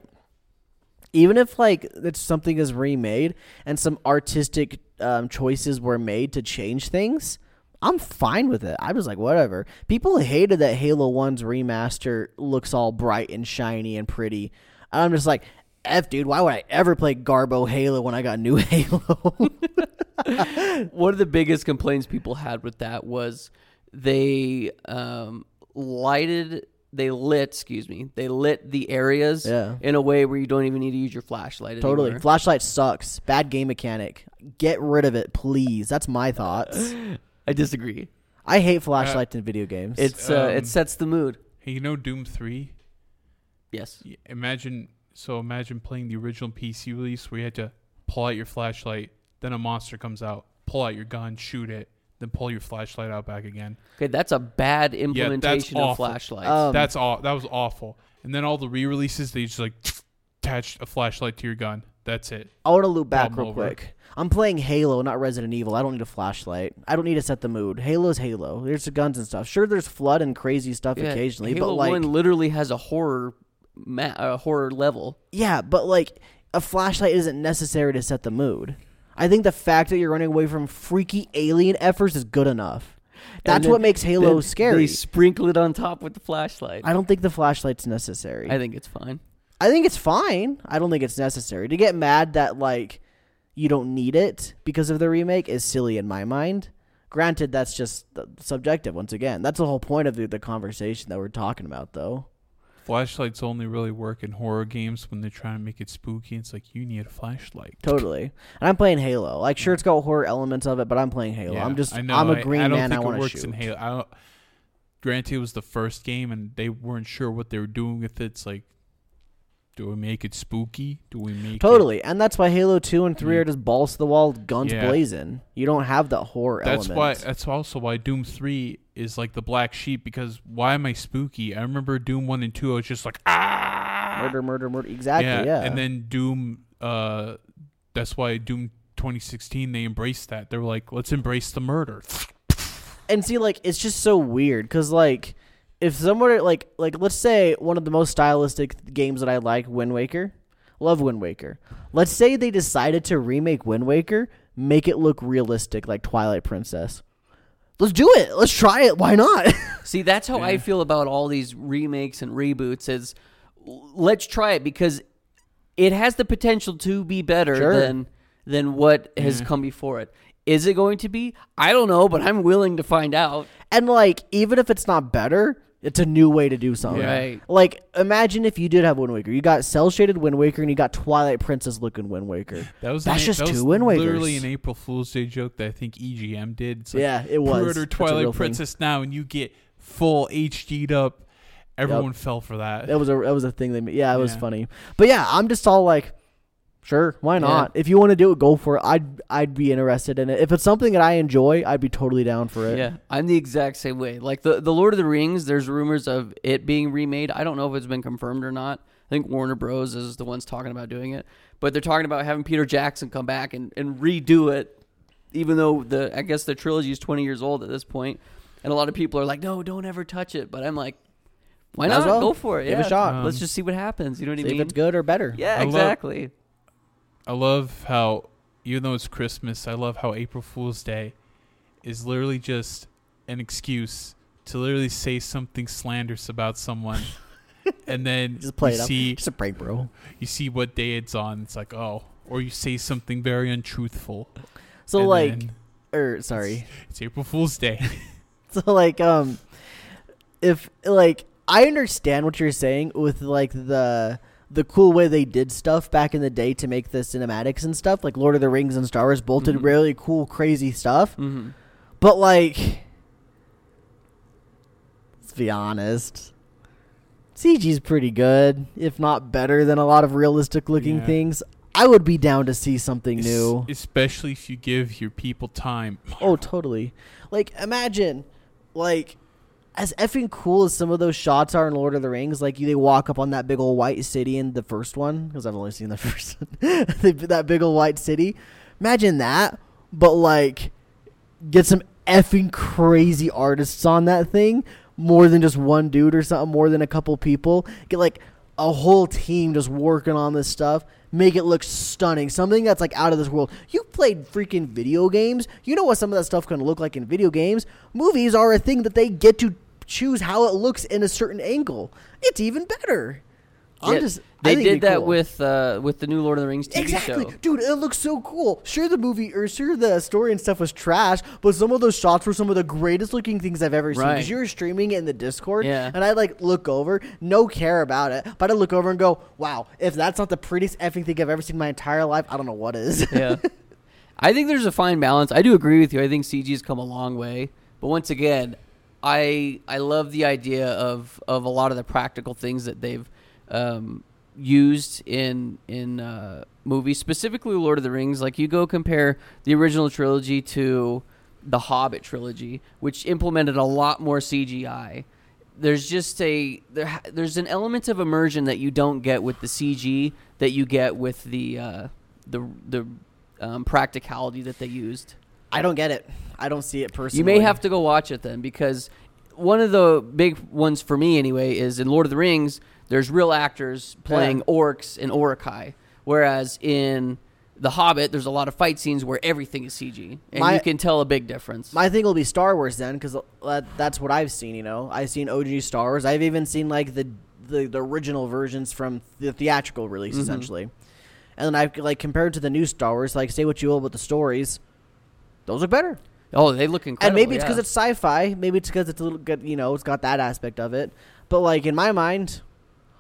A: even if like that something is remade and some artistic um, choices were made to change things, I'm fine with it. I was like, whatever. People hated that Halo One's remaster looks all bright and shiny and pretty, and I'm just like, F, dude. Why would I ever play Garbo Halo when I got new (laughs) Halo?
B: One of the biggest complaints people had with that was they um, lighted, they lit, excuse me, they lit the areas
A: Yeah.
B: in a way where you don't even need to use your flashlight.
A: totally.
B: anymore.
A: Flashlight sucks. Bad game mechanic. Get rid of it, please. That's my thoughts.
B: I disagree.
A: I hate flashlights in video games.
B: It's uh,
C: Um,
B: it sets the mood.
C: Hey, you know Doom Three?
B: Yes.
C: Y- Imagine so. Imagine playing the original PC release where you had to pull out your flashlight, then a monster comes out, pull out your gun, shoot it, then pull your flashlight out back again.
B: Okay, that's a bad implementation of
C: awful.
B: flashlights.
A: Um,
C: That's all. That was awful. And then all the re-releases, they just like attached a flashlight to your gun. That's it.
A: I want to loop back
C: Problem
A: real
C: over.
A: quick. I'm playing Halo, not Resident Evil. I don't need a flashlight. I don't need to set the mood. Halo's Halo. There's the guns and stuff. Sure, there's flood and crazy stuff
B: Yeah,
A: occasionally,
B: Halo
A: but like,
B: One literally has a horror, ma- uh, horror level.
A: yeah, but like, a flashlight isn't necessary to set the mood. I think the fact that you're running away from freaky alien efforts is good enough. That's
B: then-
A: what makes Halo
B: Then They
A: scary.
B: sprinkle it on top with the flashlight.
A: I don't think the flashlight's necessary.
B: I think it's fine.
A: I think it's fine. I don't think it's necessary. To get mad that like you don't need it because of the remake is silly in my mind. Granted, that's just uh, subjective once again. That's the whole point of the, the conversation that we're talking about, though.
C: Flashlights only really work in horror games when they're trying to make it spooky. It's like you need a flashlight.
A: Totally. And I'm playing Halo. Like, sure, it's got horror elements of it, but I'm playing Halo. I'm just, I am a green
C: I, I don't
A: man.
C: Think
A: I
C: it
A: want to
C: works
A: shoot.
C: in Halo. I don't, granted, it was the first game, and they weren't sure what they were doing with it. It's like, do we make it spooky? Do we make
A: Totally. And that's why Halo 2 and 3
C: Mm.
A: are just balls to the wall, guns
C: Yeah.
A: blazing. You don't have that horror
C: It? That's
A: element.
C: why. That's also why Doom Three is like the black sheep because why am I spooky? I remember Doom One and Two. I was just like ah,
A: murder, murder, murder. Exactly. Yeah.
C: And then Doom. Uh, that's why Doom 2016 they embraced that. They were like, let's embrace the murder.
A: and see like it's just so weird because like if someone like like let's say one of the most stylistic games that i like wind waker love wind waker let's say they decided to remake wind waker make it look realistic like twilight princess let's do it let's try it why not (laughs)
B: See, that's how I feel about all these remakes and reboots. Is l- let's try it because it has the potential to be better
A: Sure.
B: than than what has come before it. Is it going to be? I don't know, but I'm willing to find out.
A: and like even if it's not better it's a new way to do something
B: Right.
A: like imagine if you did have wind waker you got cell shaded wind waker and you got twilight princess looking wind waker
C: That was
A: That's
C: an-
A: just
C: that was
A: two Wind Wakers.
C: Literally an April Fool's Day joke that I think EGM did. It's like,
A: Yeah, it was.
C: Pre-order
A: That's a
C: Twilight
A: real thing.
C: Princess now, and you get full HD'd up. Everyone fell for that.
A: That was a that was a thing they made. Yeah, it was
C: Yeah.
A: funny. But yeah, I'm just all like, sure, why not? If you want to do it, go for it. I'd I'd be interested in it. If it's something that I enjoy, I'd be totally down for it.
B: Yeah, I'm the exact same way. Like the the Lord of the Rings, there's rumors of it being remade. I don't know if it's been confirmed or not. I think Warner Bros is the ones talking about doing it, but they're talking about having Peter Jackson come back and, and redo it, even though the I guess the trilogy is 20 years old at this point, and a lot of people are like, no, don't ever touch it. But I'm like, why
A: Might as
B: not?
A: well.
B: Go for it.
A: Give it a
B: Yeah.
A: shot.
B: Let's
C: Um,
B: just see what happens. You know what
A: See
B: I
A: if
B: mean?
A: it's good or better.
B: Yeah,
C: I love-
B: exactly.
C: I love how, even though it's Christmas, I love how April Fool's Day is literally just an excuse to literally say something slanderous about
A: (laughs)
C: someone, and then
A: Just play
C: you
A: it up.
C: see
A: Just a prank, bro.
C: you see what day it's on. It's like oh, or you say something very untruthful.
A: So
C: and
A: like,
C: then
A: or sorry. (laughs)
C: it's April Fool's Day.
A: So like, um, if like I understand what you're saying with like the the cool way they did stuff back in the day to make the cinematics and stuff, like Lord of the Rings and Star Wars, both did
B: Mhm.
A: really cool, crazy stuff.
B: hmm
A: But like, let's be honest, CG's pretty good, if not better than a lot of realistic looking
C: Yeah.
A: things. I would be down to see something
C: Es-
A: new.
C: Especially if you give your people time.
A: oh, totally. Like, imagine, like, as effing cool as some of those shots are in Lord of the Rings, like they walk up on that big old white city in the first one, because I've only seen the (laughs) first one, They- that big old white city. Imagine that, but like, get some effing crazy artists on that thing, more than just one dude or something, more than a couple people. Get like a whole team just working on this stuff. Make it look stunning. Something that's like out of this world. You played freaking video games. You know what some of that stuff can look like in video games. Movies are a thing that they get to choose how it looks in a certain angle. It's even better. I'm
B: Yeah,
A: just I
B: they
A: think it'd
B: did
A: be
B: that
A: cool.
B: with uh, with the new Lord of the Rings TV
A: Exactly,
B: show.
A: dude. It looks so cool. Sure, the movie or sure the story and stuff was trash, but some of those shots were some of the greatest looking things I've ever seen.
B: Right.
A: Because you were streaming it in the Discord,
B: Yeah.
A: and I like look over, no care about it, but I look over and go, "Wow, if that's not the prettiest effing thing I've ever seen in my entire life, I don't know what (laughs) is."
B: yeah. I think there's a fine balance. I do agree with you. I think CG's come a long way, but once again, I I love the idea of of a lot of the practical things that they've um, used in in uh, movies, specifically Lord of the Rings. Like you go compare the original trilogy to the Hobbit trilogy, which implemented a lot more CGI. There's just a there, ha- there's an element of immersion that you don't get with the CG that you get with the uh, the the um, practicality that they used.
A: I don't get it. I don't see it personally.
B: You may have to go watch it then because one of the big ones for me anyway is in Lord of the Rings there's real actors playing
A: Yeah.
B: orcs and orakai whereas in The Hobbit there's a lot of fight scenes where everything is CG and
A: My-
B: you can tell a big difference.
A: My thing will be Star Wars then, because that's what I've seen. You know, I've seen OG Star Wars. I've even seen like the the, the original versions from the theatrical release, essentially. And then I've like compared to the new Star Wars. Like, say what you will about the stories, those are better.
B: oh, they look incredible.
A: and maybe it's
B: yeah.
A: because it's sci-fi. Maybe it's because it's a little good. You know, it's got that aspect of it. But like in my mind.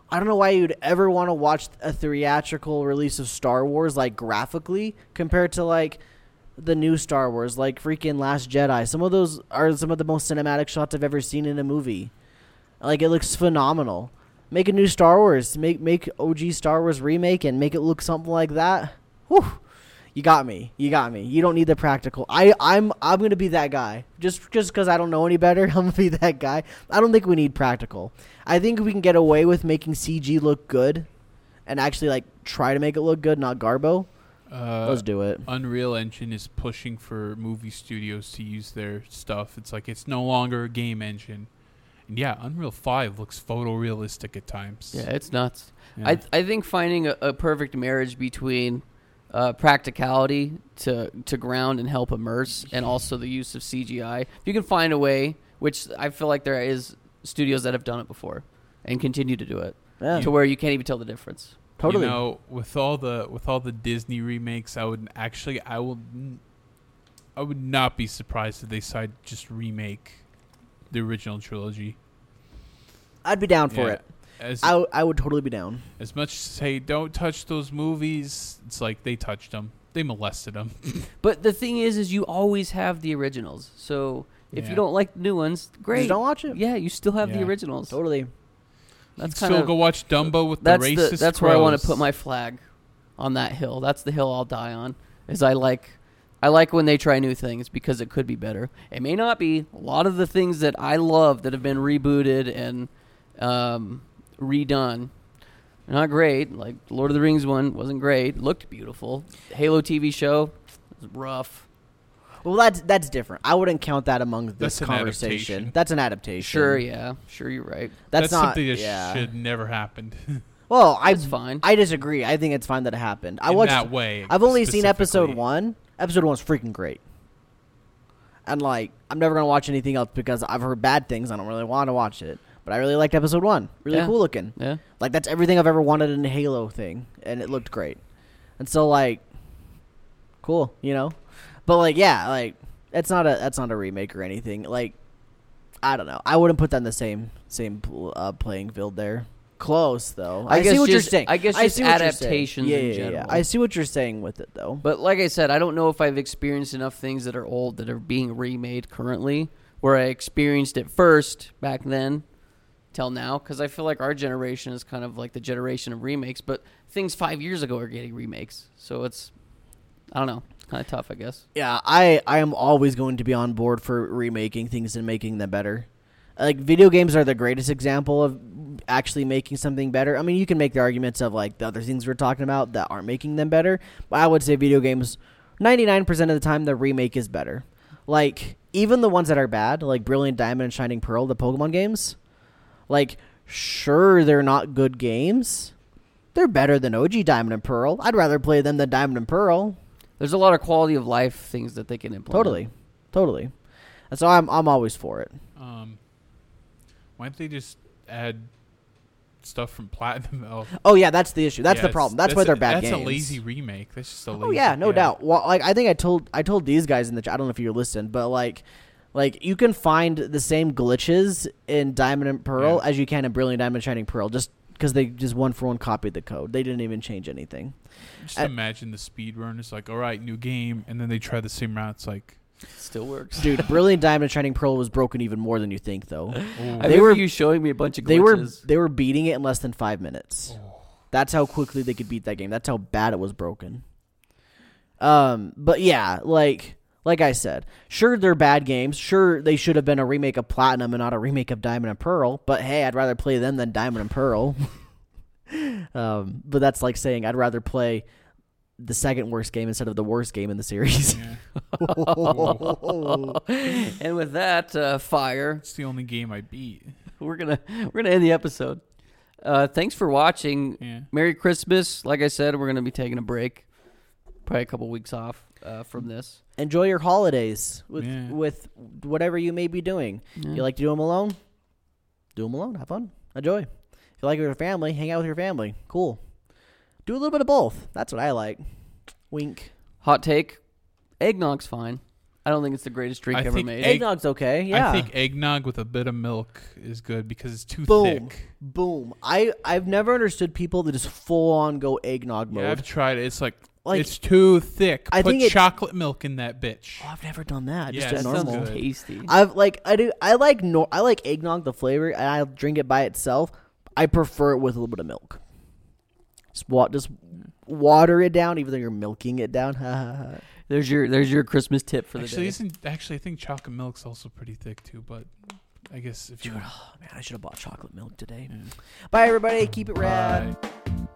A: I don't know why you'd ever want to watch a theatrical release of Star Wars like graphically compared to like the new Star Wars, like freaking Last Jedi. Some of those are some of the most cinematic shots I've ever seen in a movie. Like it looks phenomenal. Make a new Star Wars, make make OG Star Wars remake and make it look something like that. Whew. You got me. You got me. You don't need the practical. I I'm I'm going to be that guy. Just just cuz I don't know any better, (laughs) I'm going to be that guy. I don't think we need practical. I think we can get away with making CG look good and actually like try to make it look good, not garbo.
C: Uh,
A: Let's do it.
C: Unreal Engine is pushing for movie studios to use their stuff. It's like it's no longer a game engine. And yeah, Unreal 5 looks photorealistic at times.
B: Yeah, it's nuts.
C: Yeah.
B: I I think finding a, a perfect marriage between uh, practicality to to ground and help immerse, and also the use of CGI. If you can find a way, which I feel like there is studios that have done it before and continue to do it,
A: Yeah.
B: to where you can't even tell the difference.
A: Totally.
C: You know, with all the with all the Disney remakes, I would actually I will n- I would not be surprised if they decide to just remake the original trilogy.
A: I'd be down for
C: Yeah.
A: it.
C: As
A: I, w- I would totally be down.
C: as much as hey, don't touch those movies, it's like they touched them. They molested them.
B: But the thing is, is you always have the originals. So if
C: Yeah.
B: you don't like the new ones, great.
A: Just don't watch it.
B: yeah, you still have the
C: Yeah.
B: originals.
A: Totally.
C: (laughs)
B: That's
C: You'd
B: kind
C: still
B: of
C: go watch Dumbo with
B: that's
C: the
B: the,
C: racist.
B: that's where I want to
C: crows.
B: put my flag on that hill. That's the hill I'll die on. Is I like I like when they try new things because it could be better. It may not be. A lot of the things that I love that have been rebooted and um, redone, not great. Like Lord of the Rings one wasn't great. Looked beautiful. Halo TV show was rough.
A: Well, that's that's different. I wouldn't count that among this
C: That's an
A: conversation.
C: adaptation.
A: That's an adaptation.
B: Sure, yeah, sure you're right.
A: That's, not.
C: something that
A: yeah.
C: should never (laughs) happened.
A: Well, I
B: It's fine.
A: I disagree. I think it's fine that it happened. I
C: In
A: watched
C: that way,
A: I've only seen episode
C: specifically.
A: one. Episode one's freaking great. And like, I'm never gonna watch anything else because I've heard bad things. I don't really want to watch it. But I really liked episode one. Really
B: Yeah.
A: cool looking.
B: Yeah,
A: Like that's everything I've ever wanted in a Halo thing, and it looked great. And so like, cool, you know. But like, yeah, like that's not a that's not a remake or anything. Like, I don't know. I wouldn't put that in the same same uh, playing field there. Close though.
B: I
A: I,
B: guess
A: see what you're
B: just-
A: saying.
B: I guess just
A: see what you're saying.
B: adaptations
A: Yeah,
B: in
A: yeah, yeah,
B: general.
A: I see what you're saying with it though.
B: But like I said, I don't know if I've experienced enough things that are old that are being remade currently, where I experienced it first back then till now, because I feel like our generation is kind of like the generation of remakes, but things five years ago are getting remakes. So it's, I don't know, kind of tough, I guess.
A: Yeah, I I am always going to be on board for remaking things and making them better. Like video games are the greatest example of actually making something better. I mean, you can make the arguments of like the other things we're talking about that aren't making them better, but I would say video games 99% of the time the remake is better. Like even the ones that are bad, like Brilliant Diamond and Shining Pearl, the Pokemon games, like sure they're not good games. They're better than OG Diamond and Pearl. I'd rather play them than Diamond and Pearl.
B: There's a lot of quality of life things that they can implement.
A: Totally, totally. And so I'm I'm always for it.
C: Um, why don't they just add stuff from Platinum (laughs) Elf.
A: Oh yeah, that's the issue. That's
C: Yeah,
A: the
C: it's-
A: problem. That's, why
C: a-
A: they're bad
C: That's
A: games.
C: a lazy remake. That's just a lazy.
A: Oh yeah, no doubt. Well, like I think I told I told these guys in the chat. I don't know if you listened, but like, like you can find the same glitches in Diamond and Pearl
C: Yeah.
A: as you can in Brilliant Diamond Shining Pearl, just because they just one for one copied the code. They didn't even change anything.
C: Just
A: I-
C: imagine the speed run. It's like, all right, new game, and then they try the same route. It's like,
B: Still works.
C: (laughs)
A: Dude, Brilliant Diamond and Shining Pearl was broken even more than you think, though. (laughs)
C: oh,
B: I
A: They
B: they were
A: were-
B: you showing me a bunch of glitches.
A: They were (laughs) they were beating it in less than five minutes.
C: oh.
A: That's how quickly they could beat that game. That's how bad it was broken. Um, but yeah, like like I said, sure they're bad games. Sure they should have been a remake of Platinum and not a remake of Diamond and Pearl. But hey, I'd rather play them than Diamond and Pearl. (laughs) um, but that's like saying I'd rather play the second worst game instead of the worst game in the series. (laughs)
C: yeah.
B: (laughs) and with that uh, fire,
C: It's the only game I beat.
B: we're gonna we're gonna end the episode. Uh, thanks for watching.
C: Yeah.
B: Merry Christmas. Like I said, we're gonna be taking a break, probably a couple weeks off uh, from this.
A: Enjoy your holidays with
C: Yeah.
A: with whatever you may be doing. You like to do them alone? Do them alone. Have fun. Enjoy. If you like it with your family, hang out with your family. Cool. Do a little bit of both. That's what I like. Wink.
B: Hot take: eggnog's fine. I don't think it's the greatest drink
C: I
B: ever
C: think
B: made.
C: egg-
A: Eggnog's okay. Yeah.
C: I think eggnog with a bit of milk is good because it's too
A: Boom.
C: thick.
A: Boom. I I've never understood people that just full on go eggnog mode.
C: Yeah, I've tried it. It's like,
A: Like-
C: it's too thick.
A: I
C: Put
A: think it-
C: chocolate milk in that bitch.
A: Oh, I've never done that.
C: Yeah,
A: just
C: it
A: a
C: sounds
B: sounds
A: normal.
C: good.
B: tasty.
A: I've like I do I like nor I like eggnog the flavor and I drink it by itself. I prefer it with a little bit of milk. Just, wa- just water it down, even though you're milking it down. (laughs) Ha, ha, ha.
B: There's your there's your Christmas tip for the
C: Actually,
B: day.
C: isn't actually I think chocolate milk's also pretty thick too. But I guess if you
A: Dude,
C: want, Mm.
A: oh man, I should have bought chocolate milk today.
C: yeah.
A: Bye everybody, keep it rad.
C: Bye.